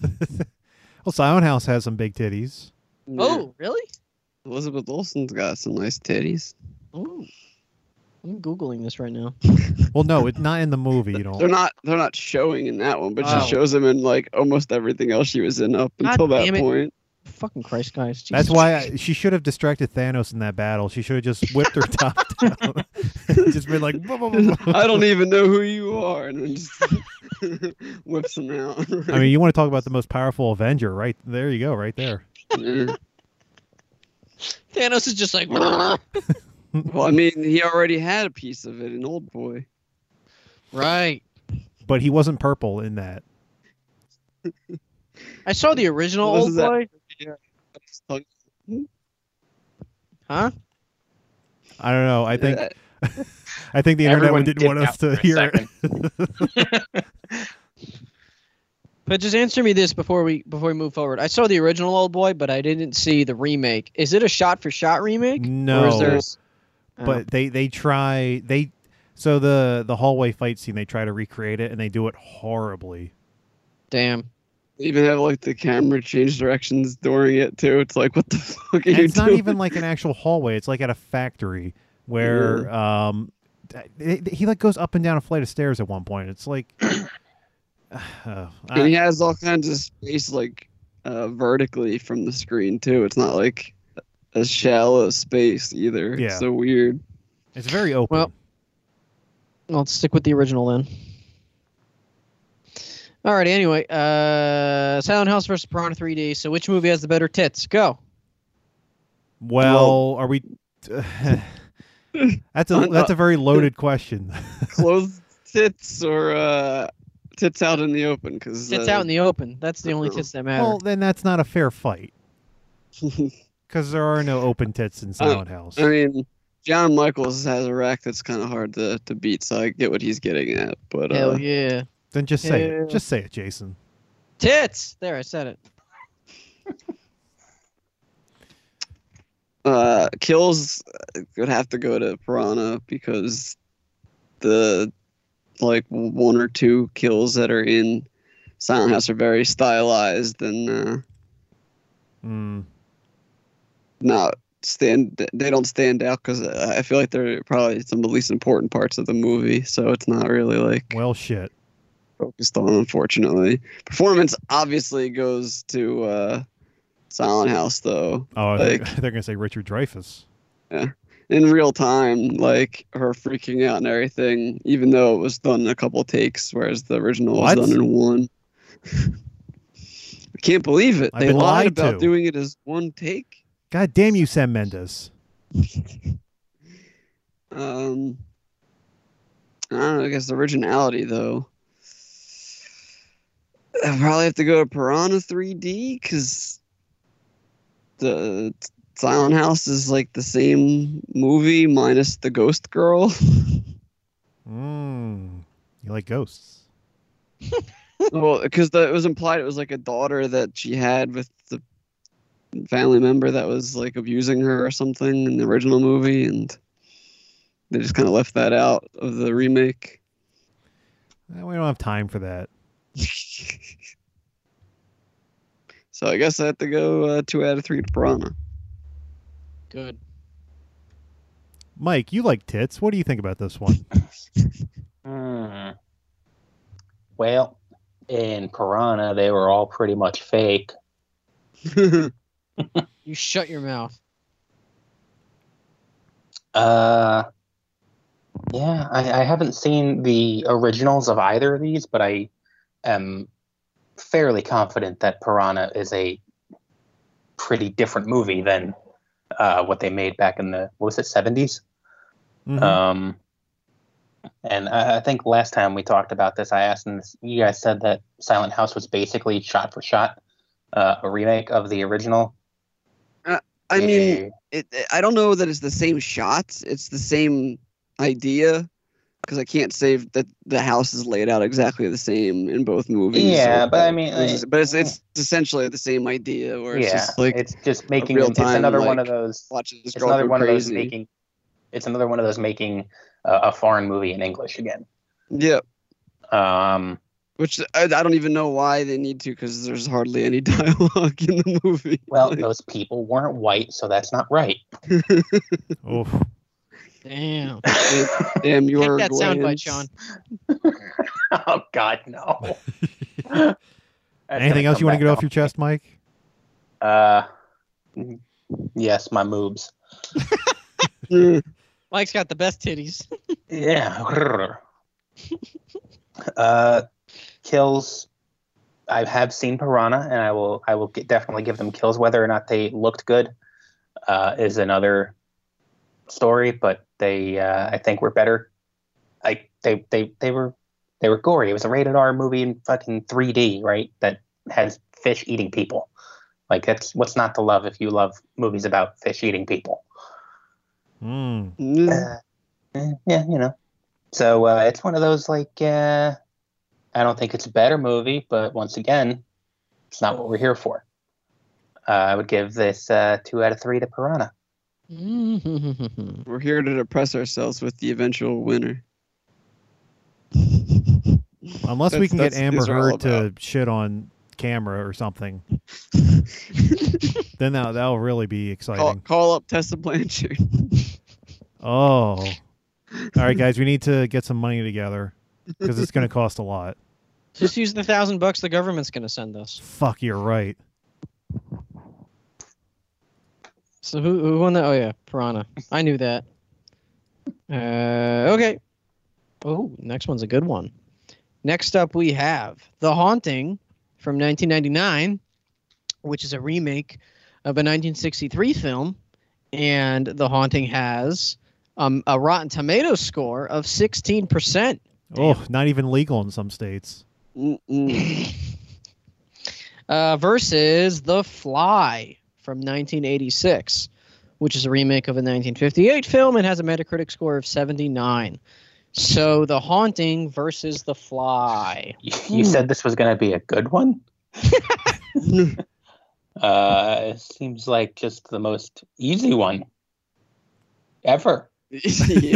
D: well, Silent House has some big titties.
C: oh, really?
E: Elizabeth Olsen's got some nice titties.
C: Ooh. I'm googling this right now.
D: Well, no, it's not in the movie. You
E: They're
D: know,
E: not they're not showing in that one, but
C: Oh.
E: she shows them in like almost everything else she was in up
C: God
E: until that
C: damn it.
E: point.
C: Fucking Christ, guys. Jesus.
D: that's why I, she should have distracted Thanos in that battle. She should have just whipped her top down, just been like, "Blah, blah, blah, blah."
E: I don't even know who you are, and then just whips them out.
D: I mean, you want to talk about the most powerful Avenger, right? There you go, right there.
E: Yeah.
C: Thanos is just like.
E: well, I mean, he already had a piece of it in Old Boy.
C: right.
D: But he wasn't purple in that.
C: I saw the original
E: What was
C: Old
E: that?
C: Boy. Huh?
D: I don't know. I think
E: Uh,
D: I think the internet
F: Everyone
D: didn't want us
F: dipped out
D: to
F: for a
D: hear it.
F: second.
C: But just answer me this before we before we move forward. I saw the original Old Boy, but I didn't see the remake. Is it a shot for shot remake? Or is
D: No,
C: there? Oh.
D: but they they try they so the the hallway fight scene they try to recreate it and they do it horribly.
C: damn.
E: They even have like the camera change directions during it too. It's like, what the fuck are
D: And
E: you
D: it's
E: doing?
D: not even like an actual hallway. It's like at a factory where um th- th- he like goes up and down a flight of stairs at one point. It's like uh,
E: and he
D: I,
E: has all kinds of space like uh, vertically from the screen too. It's not like a shallow space either.
D: Yeah.
E: It's so weird.
D: it's very open.
C: Well- Well, let's stick with the original then. Alrighty, anyway. Uh, Silent House versus Piranha 3D. So which movie has the better tits? Go.
D: Well, are we? that's a that's a very
C: uh,
D: loaded question.
E: Clothed tits or uh, tits out in the open? uh, Because
C: Tits out in the open. That's the only tits that matter.
D: Well, then that's not a fair fight because there are no open tits
C: Uh,
D: in Silent House.
E: I mean, John Michaels has a rack that's kind of hard to, to beat, so I get what he's getting at. But uh,
C: Hell yeah.
D: Then just say
C: yeah.
D: it. Just say it, Jason.
C: Tits. There, I said it.
E: uh, kills uh, would have to go to Piranha because the like one or two kills that are in Silent House are very stylized and uh,
D: Mm.
E: not stand. They don't stand out because I feel like they're probably some of the least important parts of the movie, so it's not really like
D: Well, shit.
E: focused on, unfortunately. Performance obviously goes to uh, Silent House, though.
D: Oh, I think-
E: Like-
D: they're gonna say Richard Dreyfuss.
E: In real time, like her freaking out and everything, even though it was done in a couple takes, whereas the original
D: What?
E: was done in one. I can't believe it.
D: I've
E: They
D: been
E: lied
D: lied
E: about
D: to.
E: doing it as one take.
D: God damn you, Sam Mendes.
E: Um, I don't know. I guess originality, though. I probably have to go to Piranha 3D because the Silent House is like the same movie minus the Ghost Girl.
D: Mm, like ghosts.
E: well, because it was implied it was like a daughter that she had with the family member that was like abusing her or something in the original movie, and they just kind of left that out of the remake.
D: Eh, We don't have time for that.
E: So I guess I have to go uh, two out of three to Piranha.
C: Good.
D: Mike, you like tits. What do you think about this one?
F: Hmm. Well, in Piranha, they were all pretty much fake.
C: You shut your mouth.
F: Uh, yeah, I, I haven't seen the originals of either of these, but I am fairly confident that Piranha is a pretty different movie than uh, what they made back in the what was it seventies.
D: Mhm.
E: Uh,
F: Um, and I, I think last time we talked about this, I asked, and you guys said that Silent House was basically shot for shot uh, a remake of the original.
E: I mean,
F: Eh,
E: it, I don't know that it's the same shots. It's the same idea because I can't say that the house is laid out exactly the same in both movies.
F: Yeah,
E: So-
F: but I mean,
E: It's-
F: like-
E: but it's, it's essentially the same idea where it's
F: yeah,
E: just like
F: it's just making
E: real
F: them- it's
E: time,
F: another one of
E: like,
F: those
E: watching this
F: it's
E: girl
F: another
E: go
F: one of those
E: crazy.
F: making it's another one of those making uh, a foreign movie in english again
E: yeah,
F: um
E: which I, I don't even know why they need to because there's hardly any dialogue in the movie.
F: well
E: Like,
F: those people weren't white so that's not right
D: Mm-hmm. Oof.
C: Damn.
E: damn,
C: Take
E: you're
C: that soundbite, Sean.
F: oh god no That's
D: Anything else
F: gonna come
D: you want to
F: back
D: get off
F: on.
D: your chest, Mike?
F: uh yes my moobs
C: Mike's got the best titties.
F: yeah uh kills i have seen piranha and i will i will get, definitely give them kills whether or not they looked good uh, is another story, but they uh, I think were better. I they, they they were they were gory. It was a rated R movie in fucking 3D, right? That has fish eating people. Like that's what's not to love if you love movies about fish eating people.
D: Mm.
E: Mm,
F: Uh, eh, yeah, you know. So uh, it's one of those like uh, I don't think it's a better movie, but once again, it's not what we're here for. Uh, I would give this uh, two out of three to Piranha.
C: Good
E: we're here to depress ourselves with the eventual winner.
D: Unless we
E: That's-
D: can get
E: that's- these
D: Amber
E: are all
D: Heard to shit on camera or something, then that that'll really be
E: Call,
D: exciting.
E: call up Tessa Blanchard.
D: Oh. All right, guys, we need to get some money together because it's going to cost a lot.
C: Just use the thousand bucks the government's gonna send us.
D: Fuck, you're right.
C: So who who won that? Oh yeah, Piranha. I knew that. Uh, okay. Oh, next one's a good one. Next up we have The Haunting from 1999, which is a remake of a 1963 film, and The Haunting has um, a Rotten Tomatoes score of 16%.
D: Oh, not even legal in some states.
E: Mm-mm.
C: uh, versus The Fly from 1986, which is a remake of a 1958 film and has a Metacritic score of 79. So The Haunting versus The Fly.
F: You, you said this was going to be a good one? uh, it seems like just the most easy one ever.
E: yeah.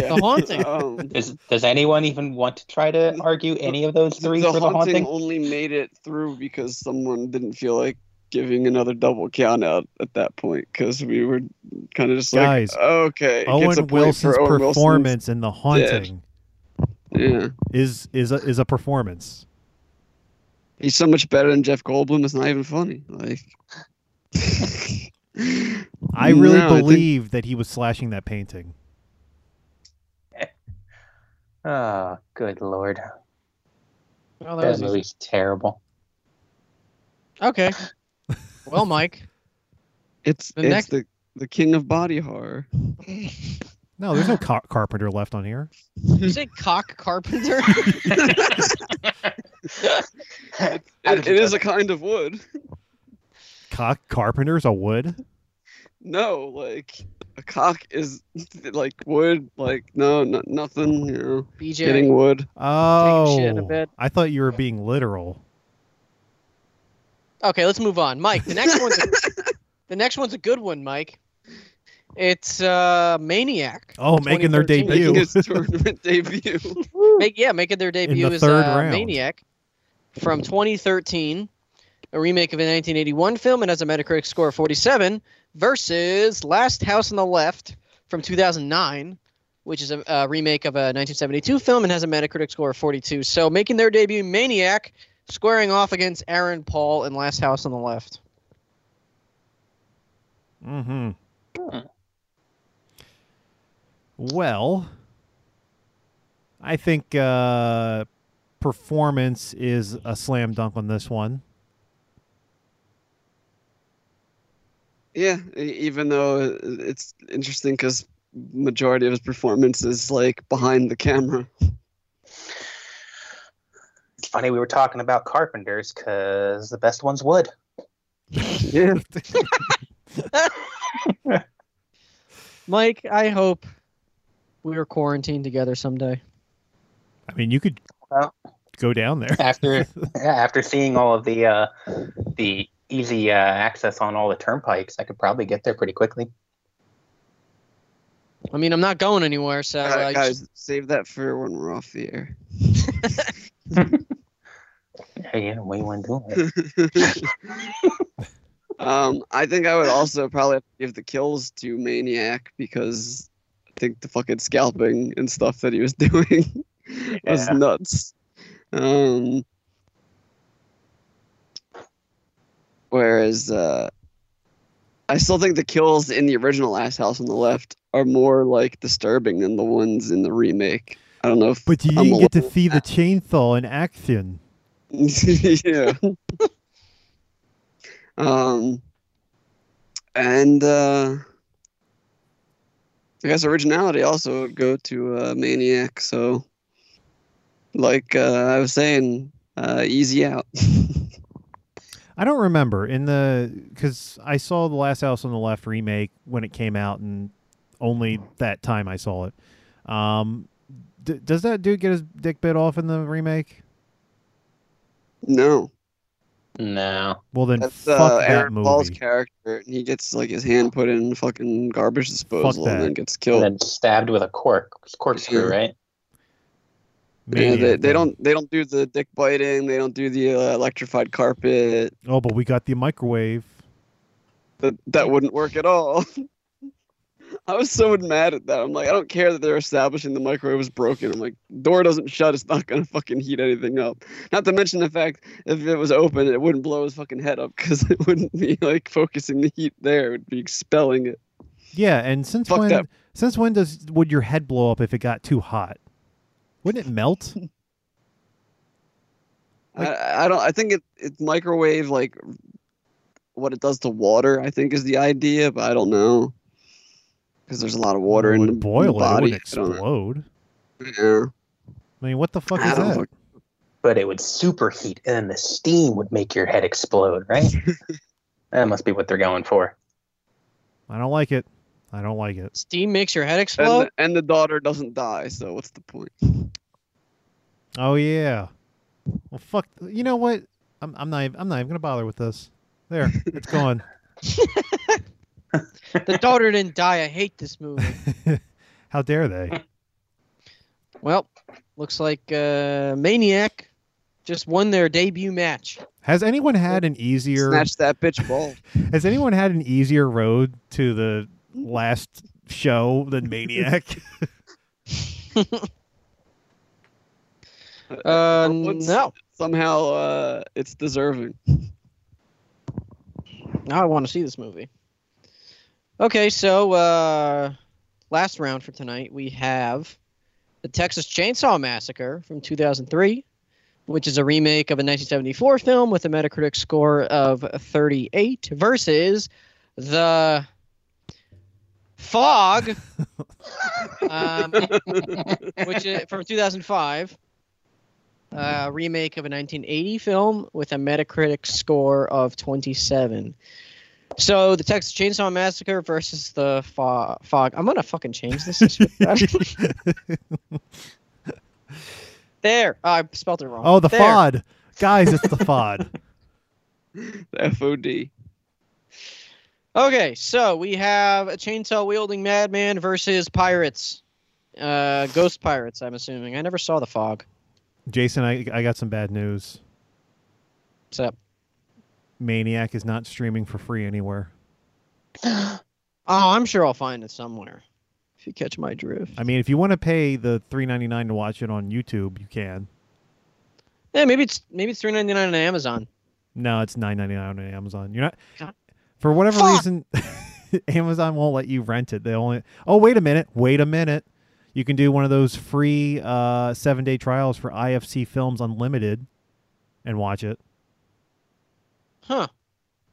C: The Haunting.
E: Um,
F: Does, does anyone even want to try to argue any of those three
E: the
F: for
E: haunting,
F: the haunting?
E: only made it through because someone didn't feel like giving another double count out at that point because we were kind of just
D: Guys,
E: like, okay, it gets a
D: Owen
E: point
D: Wilson's
E: for Owen Wilson's-
D: performance in The Haunting
E: Yeah,
D: is is a, is a performance.
E: he's so much better than Jeff Goldblum. It's not even funny. Like,
D: I really
E: No, I think-
D: believe that he was slashing that painting.
F: Oh, good lord.
C: Well, Oh, that
F: That
C: was easy.
F: movie's terrible.
C: Okay. Well, Mike.
E: it's
C: The
E: it's
C: next-
E: the the king of body horror.
D: No, there's no car- carpenter left on here.
C: You say cock carpenter?
E: It, it is a kind of wood.
D: Cock carpenter's a wood.
E: no, like a cock is like wood, like no, no nothing, you know,
C: BJ.
E: getting wood.
D: Oh,
C: shit in a bed.
D: I thought you were being literal.
C: Okay, let's move on. Mike, the next one's a, the next one's a good one, Mike. It's uh Maniac.
D: Oh, making their
C: 2013.
E: Making
D: debut.
E: his tournament debut.
C: Make, yeah, making their debut
D: the
C: is
D: third
C: uh,
D: round.
C: Maniac from 2013, a remake of a 1981 film and has a Metacritic score of 47 versus Last House on the Left from 2009, which is a, a remake of a 1972 film and has a Metacritic score of 42. So making their debut, Maniac, squaring off against Aaron Paul and Last House on the Left.
D: Mm-hmm. Well, I think uh, performance is a slam dunk on this one.
E: Yeah, e- even though it's interesting because majority of his performance is like behind the camera.
F: It's funny we were talking about carpenters because the best one's wood.
E: Yeah,
C: Mike, I hope we are quarantined together someday.
D: I mean, you could
F: Well.
D: go down there.
F: After yeah, after seeing all of the uh, the easy uh, access on all the turnpikes, I could probably get there pretty quickly.
C: I mean, I'm not going anywhere, so uh, you
E: guys,
C: just-
E: save that for when we're off the air.
F: Hey, yeah, what do you want to do?
E: um, I think I would also probably have to give the kills to Maniac because I think the fucking scalping and stuff that he was doing was
F: Yeah.
E: nuts. Um, whereas uh, I still think the kills in the original Last House on the Left are more like disturbing than the ones in the remake. I don't know if
D: But you
E: I'm
D: didn't get to see the chainsaw in action.
E: yeah. um, and uh, I guess originality also would go to uh, Maniac. So, like uh, I was saying, uh, easy out.
D: I don't remember in the because I saw the Last House on the Left remake when it came out, and only that time I saw it. Um, d- does that dude get his dick bit off in the remake?
E: no,
F: no.
D: Well, then
E: that's
D: fuck
E: uh,
D: that
E: Aaron
D: movie.
E: Paul's character, and he gets like his hand put in fucking garbage disposal and
D: that.
E: then gets
F: And
E: killed.
F: then stabbed with a cork corkscrew,
E: Yeah.
F: right?
E: Yeah,
D: Maniac
E: they, they
D: then.
E: don't they don't do the dick biting. They don't do the uh, electrified carpet.
D: Oh, but we got the microwave.
E: that that wouldn't work at all. I was so mad at that. I'm like, I don't care that they're establishing the microwave was broken. I'm like, door doesn't shut. It's not gonna fucking heat anything up. Not to mention the fact if it was open, it wouldn't blow his fucking head up because it wouldn't be like focusing the heat there. It would be expelling it.
D: Yeah, and since
E: Fuck
D: when?
E: that.
D: Since when does would your head blow up if it got too hot? Wouldn't it melt? Like-
E: I, I don't. I think it it's microwave like what it does to water. I think is the idea, but I don't know because there's a lot of water
D: it
E: in
D: would
E: the,
D: boil
E: the body.
D: it. It would
E: I don't know.
D: explode.
E: Yeah.
D: I mean, what the fuck
E: I
D: is
E: don't
D: that?
E: fuck-
F: But it would superheat, and then the steam would make your head explode, right? that must be what they're going for.
D: I don't like it. I don't like it.
C: steam makes your head
E: And,
C: explode.
E: the, and the daughter doesn't die, so what's the point?
D: Oh yeah. Well, fuck. You know what? I'm, I'm not. even- I'm not even gonna bother with this. There, it's gone.
C: the daughter didn't die. I hate this movie.
D: How dare they?
C: Well, looks like uh, Maniac just won their debut match.
D: Has anyone had an easier?
E: Snatch that bitch ball.
D: Has anyone had an easier road to the last show than Maniac?
C: Uh,
E: Once-
C: no,
E: Somehow uh, it's deserving.
C: now I want to see this movie. Okay, so uh, last round for tonight we have the Texas Chainsaw Massacre from 2003, which is a remake of a 1974 film with a Metacritic score of 38 versus the Fog, um, which is from 2005. Uh, remake of a 1980 film with a Metacritic score of 27. So the Texas Chainsaw Massacre versus the fo- Fog. I'm gonna fucking change this. It's really bad. there, Oh, I spelled it wrong.
D: oh, the
C: there.
D: FOD. Guys, it's the FOD.
E: The FOD.
C: Okay, so we have a chainsaw wielding madman versus pirates, uh, ghost pirates. I'm assuming. I never saw the Fog.
D: Jason, I, I got some bad news.
C: What's up?
D: Maniac is not streaming for free anywhere.
C: Oh, I'm sure I'll find it somewhere. If you catch my drift.
D: I mean, if you want to pay the three ninety nine to watch it on YouTube, you can.
C: yeah, maybe it's maybe it's 3.99 on Amazon.
D: No, it's nine ninety nine on Amazon. You're
C: God.
D: not for whatever
C: Fuck.
D: reason Amazon won't let you rent it. They only Oh wait a minute, wait a minute. You can do one of those free uh, seven day trials for IFC Films Unlimited and watch it.
C: Huh?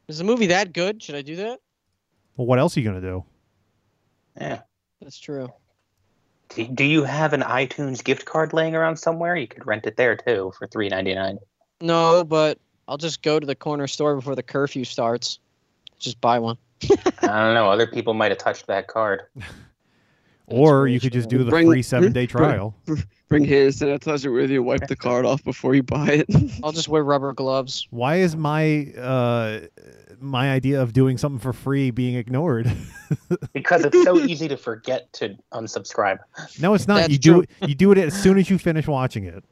C: Is the movie that good? Should I do that?
D: Well, what else are you gonna do?
F: Yeah.
C: That's true.
F: Do, do you have an iTunes gift card laying around somewhere? You could rent it there too for three ninety nine.
C: No, but I'll just go to the corner store before the curfew starts. Just buy one.
F: I don't know. Other people might have touched that card.
D: or
C: really
D: you could just
C: true.
D: do the
E: Bring-
D: free seven day trial.
E: Bring hand sanitizer with you. Wipe the card off before you buy it.
C: I'll just wear rubber gloves.
D: Why is my uh, my idea of doing something for free being ignored?
F: Because it's so easy to forget to unsubscribe.
D: no, it's not.
C: That's
D: you do it. You do it as soon as you finish watching it.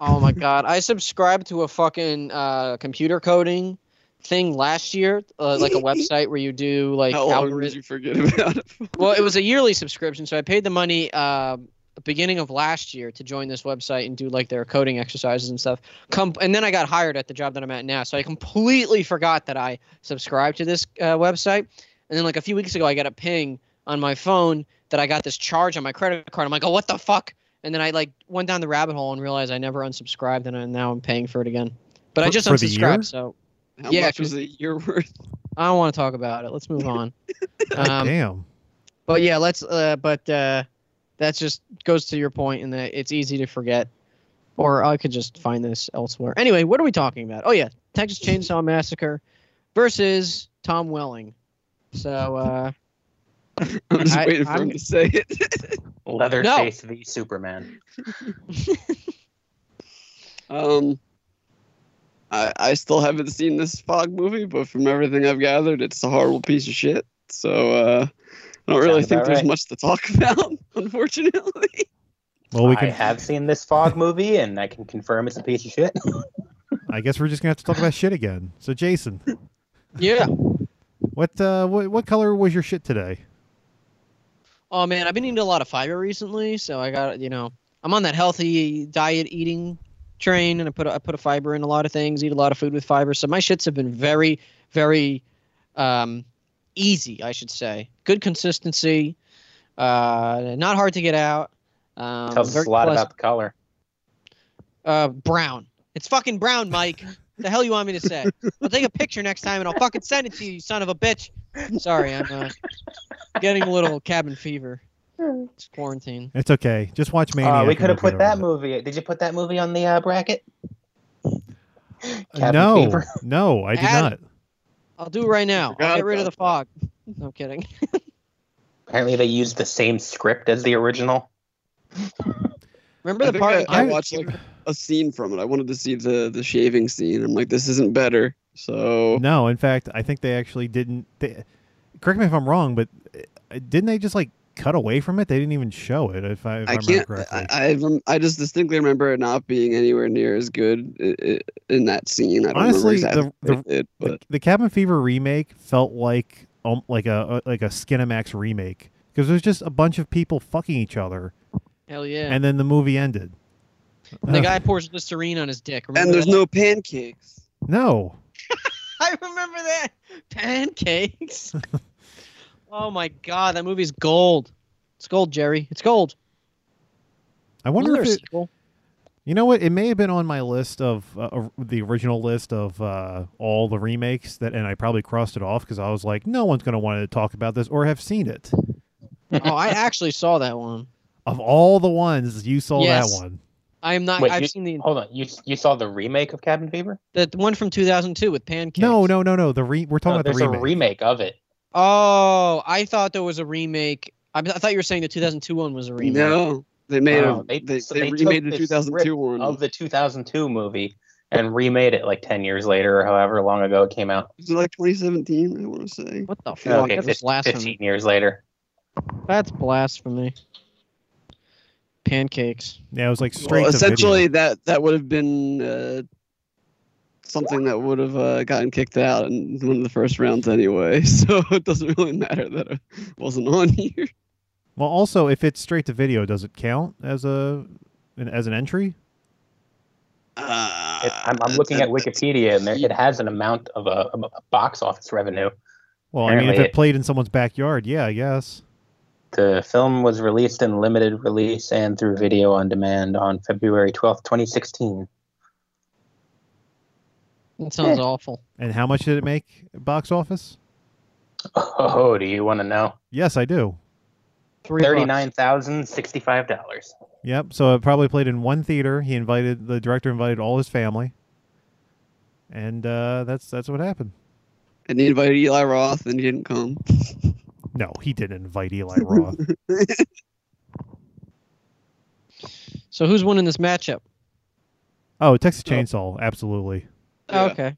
C: Oh my god, I subscribed to a fucking uh, computer coding thing last year, uh, like a website where you do like
E: How long
C: algorithms.
E: did you forget about it? for?
C: well, it was a yearly subscription, so I paid the money uh, beginning of last year to join this website and do like their coding exercises and stuff. Com- and then I got hired at the job that I'm at now, so I completely forgot that I subscribed to this uh, website. And then like a few weeks ago, I got a ping on my phone that I got this charge on my credit card. I'm like, oh, what the fuck? And then I like went down the rabbit hole and realized I never unsubscribed, and I, now I'm paying for it again. But I
D: For-
C: just
D: for the year?
C: unsubscribed, so
E: How
C: Yeah,
E: much was a year worth?
C: I don't want to talk about it. Let's move on. Um,
D: Damn.
C: but yeah, let's. Uh, but uh, that just goes to your point in that it's easy to forget, or I could just find this elsewhere. Anyway, what are we talking about? Oh yeah, Texas Chainsaw Massacre versus Tom Welling. So uh,
E: I'm just
C: I-
E: waiting for
C: I'm-
E: him to say it.
F: Leatherface v Superman.
E: Um, I I still haven't seen this Fog movie, but from everything I've gathered, it's a horrible piece of shit. So uh, I don't really
F: Sounds
E: think
F: about
E: there's
F: right.
E: much to talk about, unfortunately.
D: Well, we
F: I
D: can.
F: have seen this Fog movie, and I can confirm it's a piece of shit.
D: I guess we're just gonna have to talk about shit again. So, Jason,
C: yeah.
D: what uh, what what color was your shit today?
C: Oh man, I've been eating a lot of fiber recently, so I got you know I'm on that healthy diet eating train, and I put a, I put a fiber in a lot of things, eat a lot of food with fiber. So my shits have been very, very um, easy, I should say. Good consistency, uh, not hard to get out. Um,
F: Tells us
C: very
F: a lot
C: pleasant.
F: about the color.
C: uh, brown. It's fucking brown, Mike. the hell you want me to say? I'll take a picture next time and I'll fucking send it to you, you son of a bitch. Sorry, I'm uh, getting a little cabin fever. It's quarantine.
D: It's okay. Just watch Maniac.
F: Uh, we
D: and
F: could have
D: you'll
F: put
D: get
F: that
D: over
F: movie. Did you put that movie on the uh, bracket?
D: it.
F: Cabin
D: No,
F: Fever.
D: no, I did
C: Add-
D: not.
C: I'll do it right now. I'll
E: forgot
C: get rid of the fog.
E: about
C: No I'm kidding.
F: Apparently, they used the same script as the original.
C: Remember
E: I
C: the
E: think
C: part?
E: I
C: in-
E: watched like a scene from it. I wanted to see the the shaving scene. I'm like, this isn't better. So
D: No, in fact, I think they actually didn't. They, correct me if I'm wrong, but uh, didn't they just like cut away from it? They didn't even show it. If I, if I,
E: I
D: remember
E: can't.
D: correctly.
E: I, I rem- I just distinctly remember it not being anywhere near as good i- i- in that scene. I don't
D: Honestly, the-
E: remember exactly what it did,
D: the,
E: but
D: the Cabin Fever remake felt like um, like a like a Skinamax remake because there's just a bunch of people fucking each other,
C: Hell yeah.
D: and then the movie ended.
C: the
D: Ugh,
C: guy pours Listerine on his dick. Remember
E: and there's
C: that?
E: no pancakes.
D: no,
C: I remember that. Pancakes. oh my god, that movie's gold. It's gold, Jerry. It's gold.
D: I wonder
C: Wasn't
D: if
C: there a
D: it,
C: sequel?
D: you know what it may have been on my list of uh, or- the original list of uh, all the remakes that, and I probably crossed it off because I was like, no one's going to want to talk about this or have seen it.
C: oh, I actually saw that one.
D: Of all the ones you saw
C: Yes.
D: that one,
C: I am not.
F: Wait,
C: I've
F: you-
C: seen the
F: Hold on, you you saw the remake of Cabin Fever?
C: the one from 2002 with pancakes.
D: No, no, no, no. The re- we're talking
F: No,
D: about
F: Uh, there's
D: the
F: a
D: remake.
F: remake of it.
C: Oh, I thought there was a remake. I, I thought you were saying the 2002 one was a remake.
E: No, they made
F: Wow,
E: a, they, they,
F: so took
E: remade the
F: this
E: 2002
F: script
E: one.
F: of the 2002 movie and remade it like 10 years later or however long ago it came out.
E: was it like 2017? I want to say.
C: What the fuck?
F: Okay,
C: That's
F: fif- 15
C: blasphemy.
F: years later.
C: That's blasphemy. Pancakes.
D: Yeah, it was like straight
E: Well,
D: to video.
E: essentially, that that would have been uh, something that would have uh, gotten kicked out in one of the first rounds anyway. So it doesn't really matter that it wasn't on here.
D: Well, also, if it's straight to video, does it count as a an, as an entry?
E: Uh,
F: It, I'm, I'm looking at Wikipedia and there, it has an amount of a, a box office revenue.
D: Well, I mean, if
F: Apparently
D: it
F: it-
D: played in someone's backyard, yeah, I guess.
F: The film was released in limited release and through video on demand on February 12th, 2016.
C: That
E: Eh.
C: sounds awful.
D: And how much did it make at box office?
F: Oh, do you want to know?
D: Yes, I do.
C: Three bucks.
F: $39,065.
D: Yep. So it probably played in one theater. He invited the director invited all his family, and uh, that's that's what happened.
E: And he invited Eli Roth, and he didn't come.
D: No, he didn't invite Eli Roth.
C: So who's winning this matchup?
D: oh, Texas Chainsaw, absolutely.
C: Oh,
E: Yeah.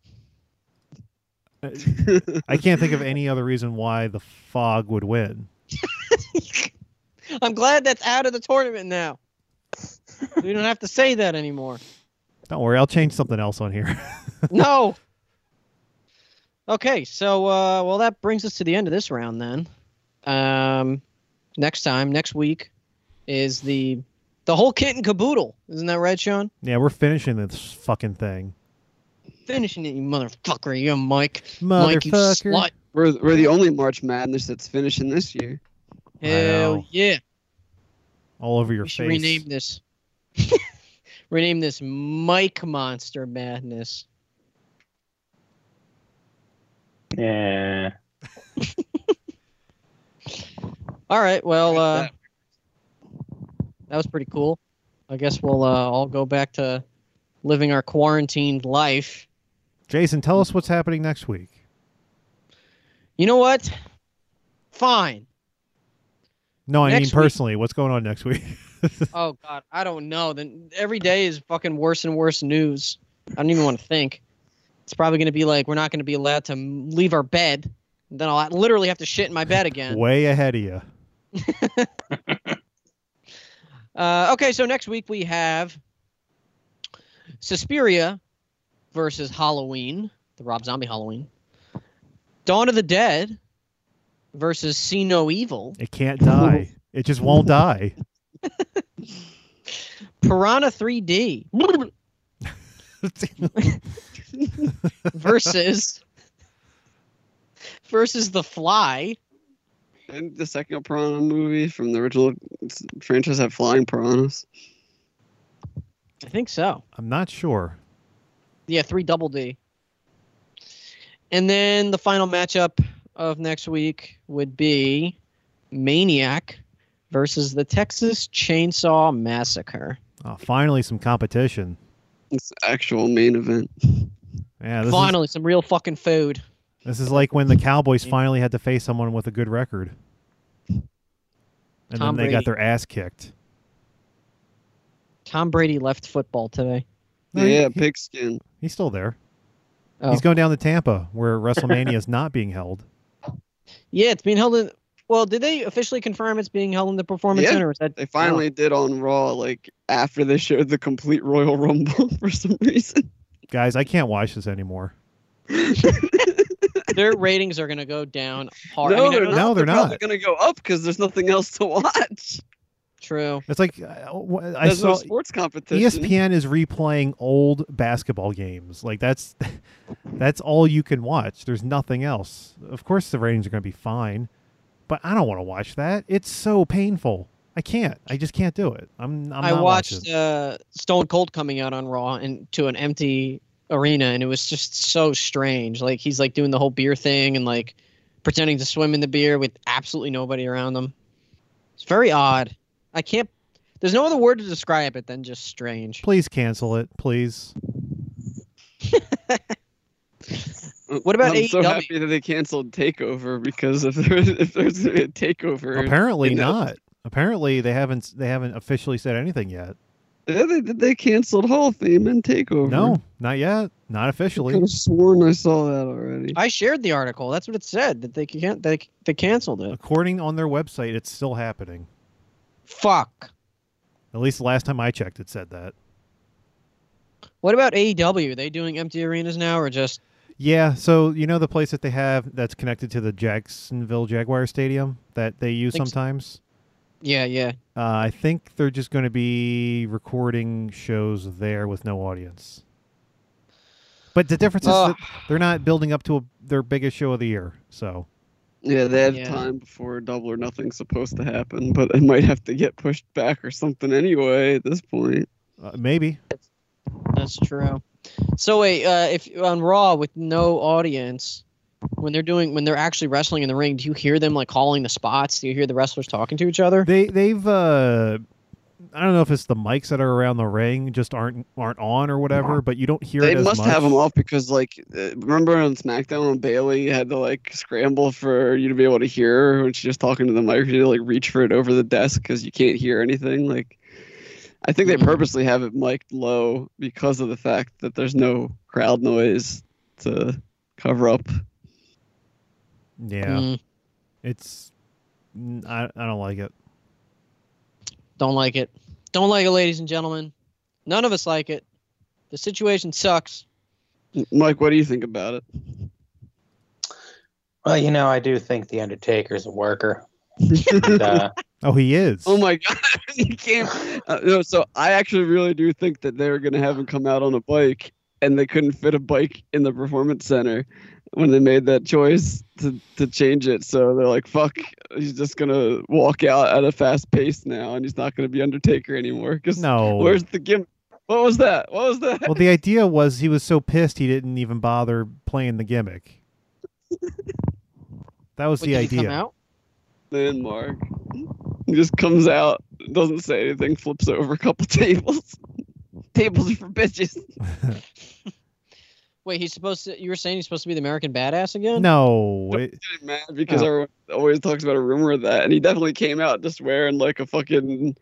C: okay.
D: I can't think of any other reason why the fog would win.
C: I'm glad that's out of the tournament now. we don't have to say that anymore.
D: Don't worry, I'll change something else on here.
C: No. Okay, so uh, well that brings us to the end of this round then. Um, next time, next week, is the the whole kit and caboodle. Isn't that right, Sean?
D: yeah, we're finishing this fucking thing.
C: Finishing it, you motherfucker, you Mike. Mike, you
D: Motherfucker.
C: slut.
E: We're we're the only March Madness that's finishing this year.
D: I
C: Hell
D: know.
C: yeah.
D: All over your
C: we should
D: face.
C: rename this. rename this Mike Monster Madness.
F: Yeah.
C: All right, well,
E: Like
C: uh,
E: that.
C: that was pretty cool. I guess we'll uh, all go back to living our quarantined life.
D: Jason, tell us what's happening next week.
C: You know what? Fine.
D: No, I
C: Next
D: mean
C: week-
D: personally, what's going on next week?
C: Oh God, I don't know. Then every day is fucking worse and worse news. I don't even want to think. It's probably going to be like we're not going to be allowed to m- leave our bed. And then I'll literally have to shit in my bed again.
D: Way ahead of you.
C: Uh, okay, so next week we have Suspiria versus Halloween, the Rob Zombie Halloween. Dawn of the Dead versus See No Evil.
D: It can't die. It just won't die.
C: Piranha 3D versus versus The Fly.
E: And the second piranha movie from the original franchise had flying piranhas.
C: I think so.
D: I'm not sure.
C: Yeah, three double D. And then the final matchup of next week would be Maniac versus the Texas Chainsaw Massacre.
D: Oh, finally, some competition.
E: It's the actual main event.
D: Yeah, this is,
C: Finally, some real fucking food.
D: this is like when the Cowboys finally had to face someone with a good record, and
C: Tom
D: then they
C: Brady.
D: got their ass kicked.
C: Tom Brady left football today.
D: No,
E: yeah,
D: he-
E: pigskin.
D: He's still there.
C: Oh.
D: He's going down to Tampa, where WrestleMania is not being held.
C: Yeah, it's being held in. Well, did they officially confirm it's being held in the Performance
E: Yeah.
C: Center? Or is that
E: They finally did on Raw, like after they showed the complete Royal Rumble for some reason.
D: Guys, I can't watch this anymore.
C: their ratings are going to go down hard? I
E: no,
C: mean, I
E: they're
C: know
E: not.
C: it's
D: No, they're
E: probably
D: not.
E: gonna go up because there's nothing else to watch.
C: True.
D: It's like uh, wh- I
E: There's no
D: saw E
E: sports competition.
D: ESPN is replaying old basketball games. Like that's that's all you can watch. There's nothing else. Of course the ratings are going to be fine, but I don't want to watch that. It's so painful. I can't. I just can't do it. I'm. I'm
C: i
D: not
C: watched
D: watching.
C: uh, Stone Cold coming out on Raw and to an empty arena, and it was just so strange. Like he's like doing the whole beer thing and like pretending to swim in the beer with absolutely nobody around him. It's very odd. I can't. There's no other word to describe it than just strange.
D: Please cancel it, please.
C: What about
E: I'm so
C: AEW?
E: happy that they canceled Takeover because if there's if there's gonna be a Takeover,
D: Apparently
E: you know-
D: not. Apparently they haven't they haven't officially said anything yet.
E: Yeah, they, they canceled Hall of Fame and
C: Mm-hmm.
E: Takeover.
D: No, not yet. Not
E: I
D: officially.
E: could have sworn I saw that already.
C: I shared the article. That's what it said that they can't they they canceled it.
D: According on their website, it's still happening.
C: Fuck.
D: At least the last time I checked, it said that.
C: What about AEW? Are they doing empty arenas now or just
D: Yeah, so you know the place that they have that's connected to the Jacksonville Jaguar Stadium that they use
C: Think so.
D: sometimes.
C: yeah, yeah.
D: Uh, I think they're just going to be recording shows there with no audience. But the difference
E: Uh.
D: is
C: Ugh.
D: that they're not building up to a, their biggest show of the year. So
E: Yeah, they have
C: Yeah.
E: time before Double or Nothing's supposed to happen, but it might have to get pushed back or something anyway at this point.
D: uh, maybe
C: That's true. So wait, uh, if on Raw with no audience, when they're doing when they're actually wrestling in the ring, do you hear them like calling the spots? Do you hear the wrestlers talking to each other?
D: they they've uh, I don't know if it's the mics that are around the ring just aren't aren't on or whatever, but you don't hear
E: They
D: it as
E: must
D: much.
E: have them off because, like, uh, remember on SmackDown when Bailey had to like scramble for you to be able to hear her when she's just talking to the mic, she had to like reach for it over the desk because you can't hear anything. Like, I think they
D: Hmm.
C: Mhm.
E: purposely have it mic'd low because of the fact that there's no crowd noise to cover up.
D: Yeah,
C: Mm,
D: it's n- I I don't like it.
C: don't like it. Don't like it, ladies and gentlemen. None of us like it. The situation sucks.
E: Mike, what do you think about it?
F: Well, you know, I do think the Undertaker's a worker. And, uh,
D: Oh, he is.
E: Oh my god, you can't. Uh, no, so I actually really do think that they were gonna have him come out on a bike, and they couldn't fit a bike in the performance center when they made that choice to to change it. So they're like, "Fuck, he's just gonna walk out at a fast pace now, and he's not gonna be Undertaker anymore." Because
D: no.
E: where's the gimmick? What was that? What was that?
D: well, the idea was he was so pissed he didn't even bother playing the gimmick. That was
C: What,
D: the
C: did
D: idea.
C: He come out?
E: Landmark. He just comes out, doesn't say anything, flips over a couple tables. tables are for bitches.
C: Wait, he's supposed to. You were saying he's supposed to be the American Badass again?
D: No, it-
E: getting mad because
D: Oh.
E: everyone always talks about a rumor of that, and he definitely came out just wearing like a fucking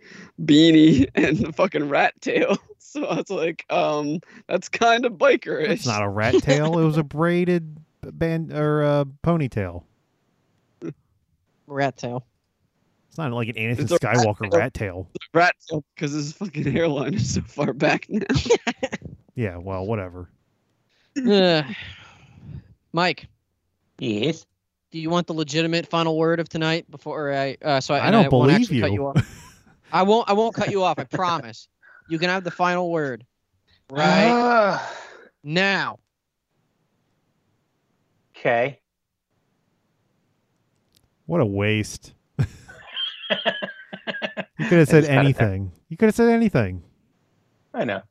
E: beanie and a fucking rat tail. So I was like, um, that's kind of bikerish.
D: it's not a rat tail. It was a braided band or uh, ponytail.
C: Rat tail.
D: It's not like an Anderson
E: It's a rat
D: Skywalker
E: tail.
D: rat tail.
E: rat tail because his fucking hairline is so far back now.
D: Yeah, well, whatever.
C: Ugh. Mike,
F: yes.
C: do you want the legitimate final word of tonight before I? Uh, so I,
D: I
C: and
D: don't
C: I won't
D: believe
C: actually cut
D: you.
C: you off. I won't. I won't cut you off. I promise. You can have the final word right
D: Ah.
F: Ah,
C: now.
F: okay.
D: What a waste. You could have said
F: It's kinda-
D: anything. You could have said anything.
F: I know.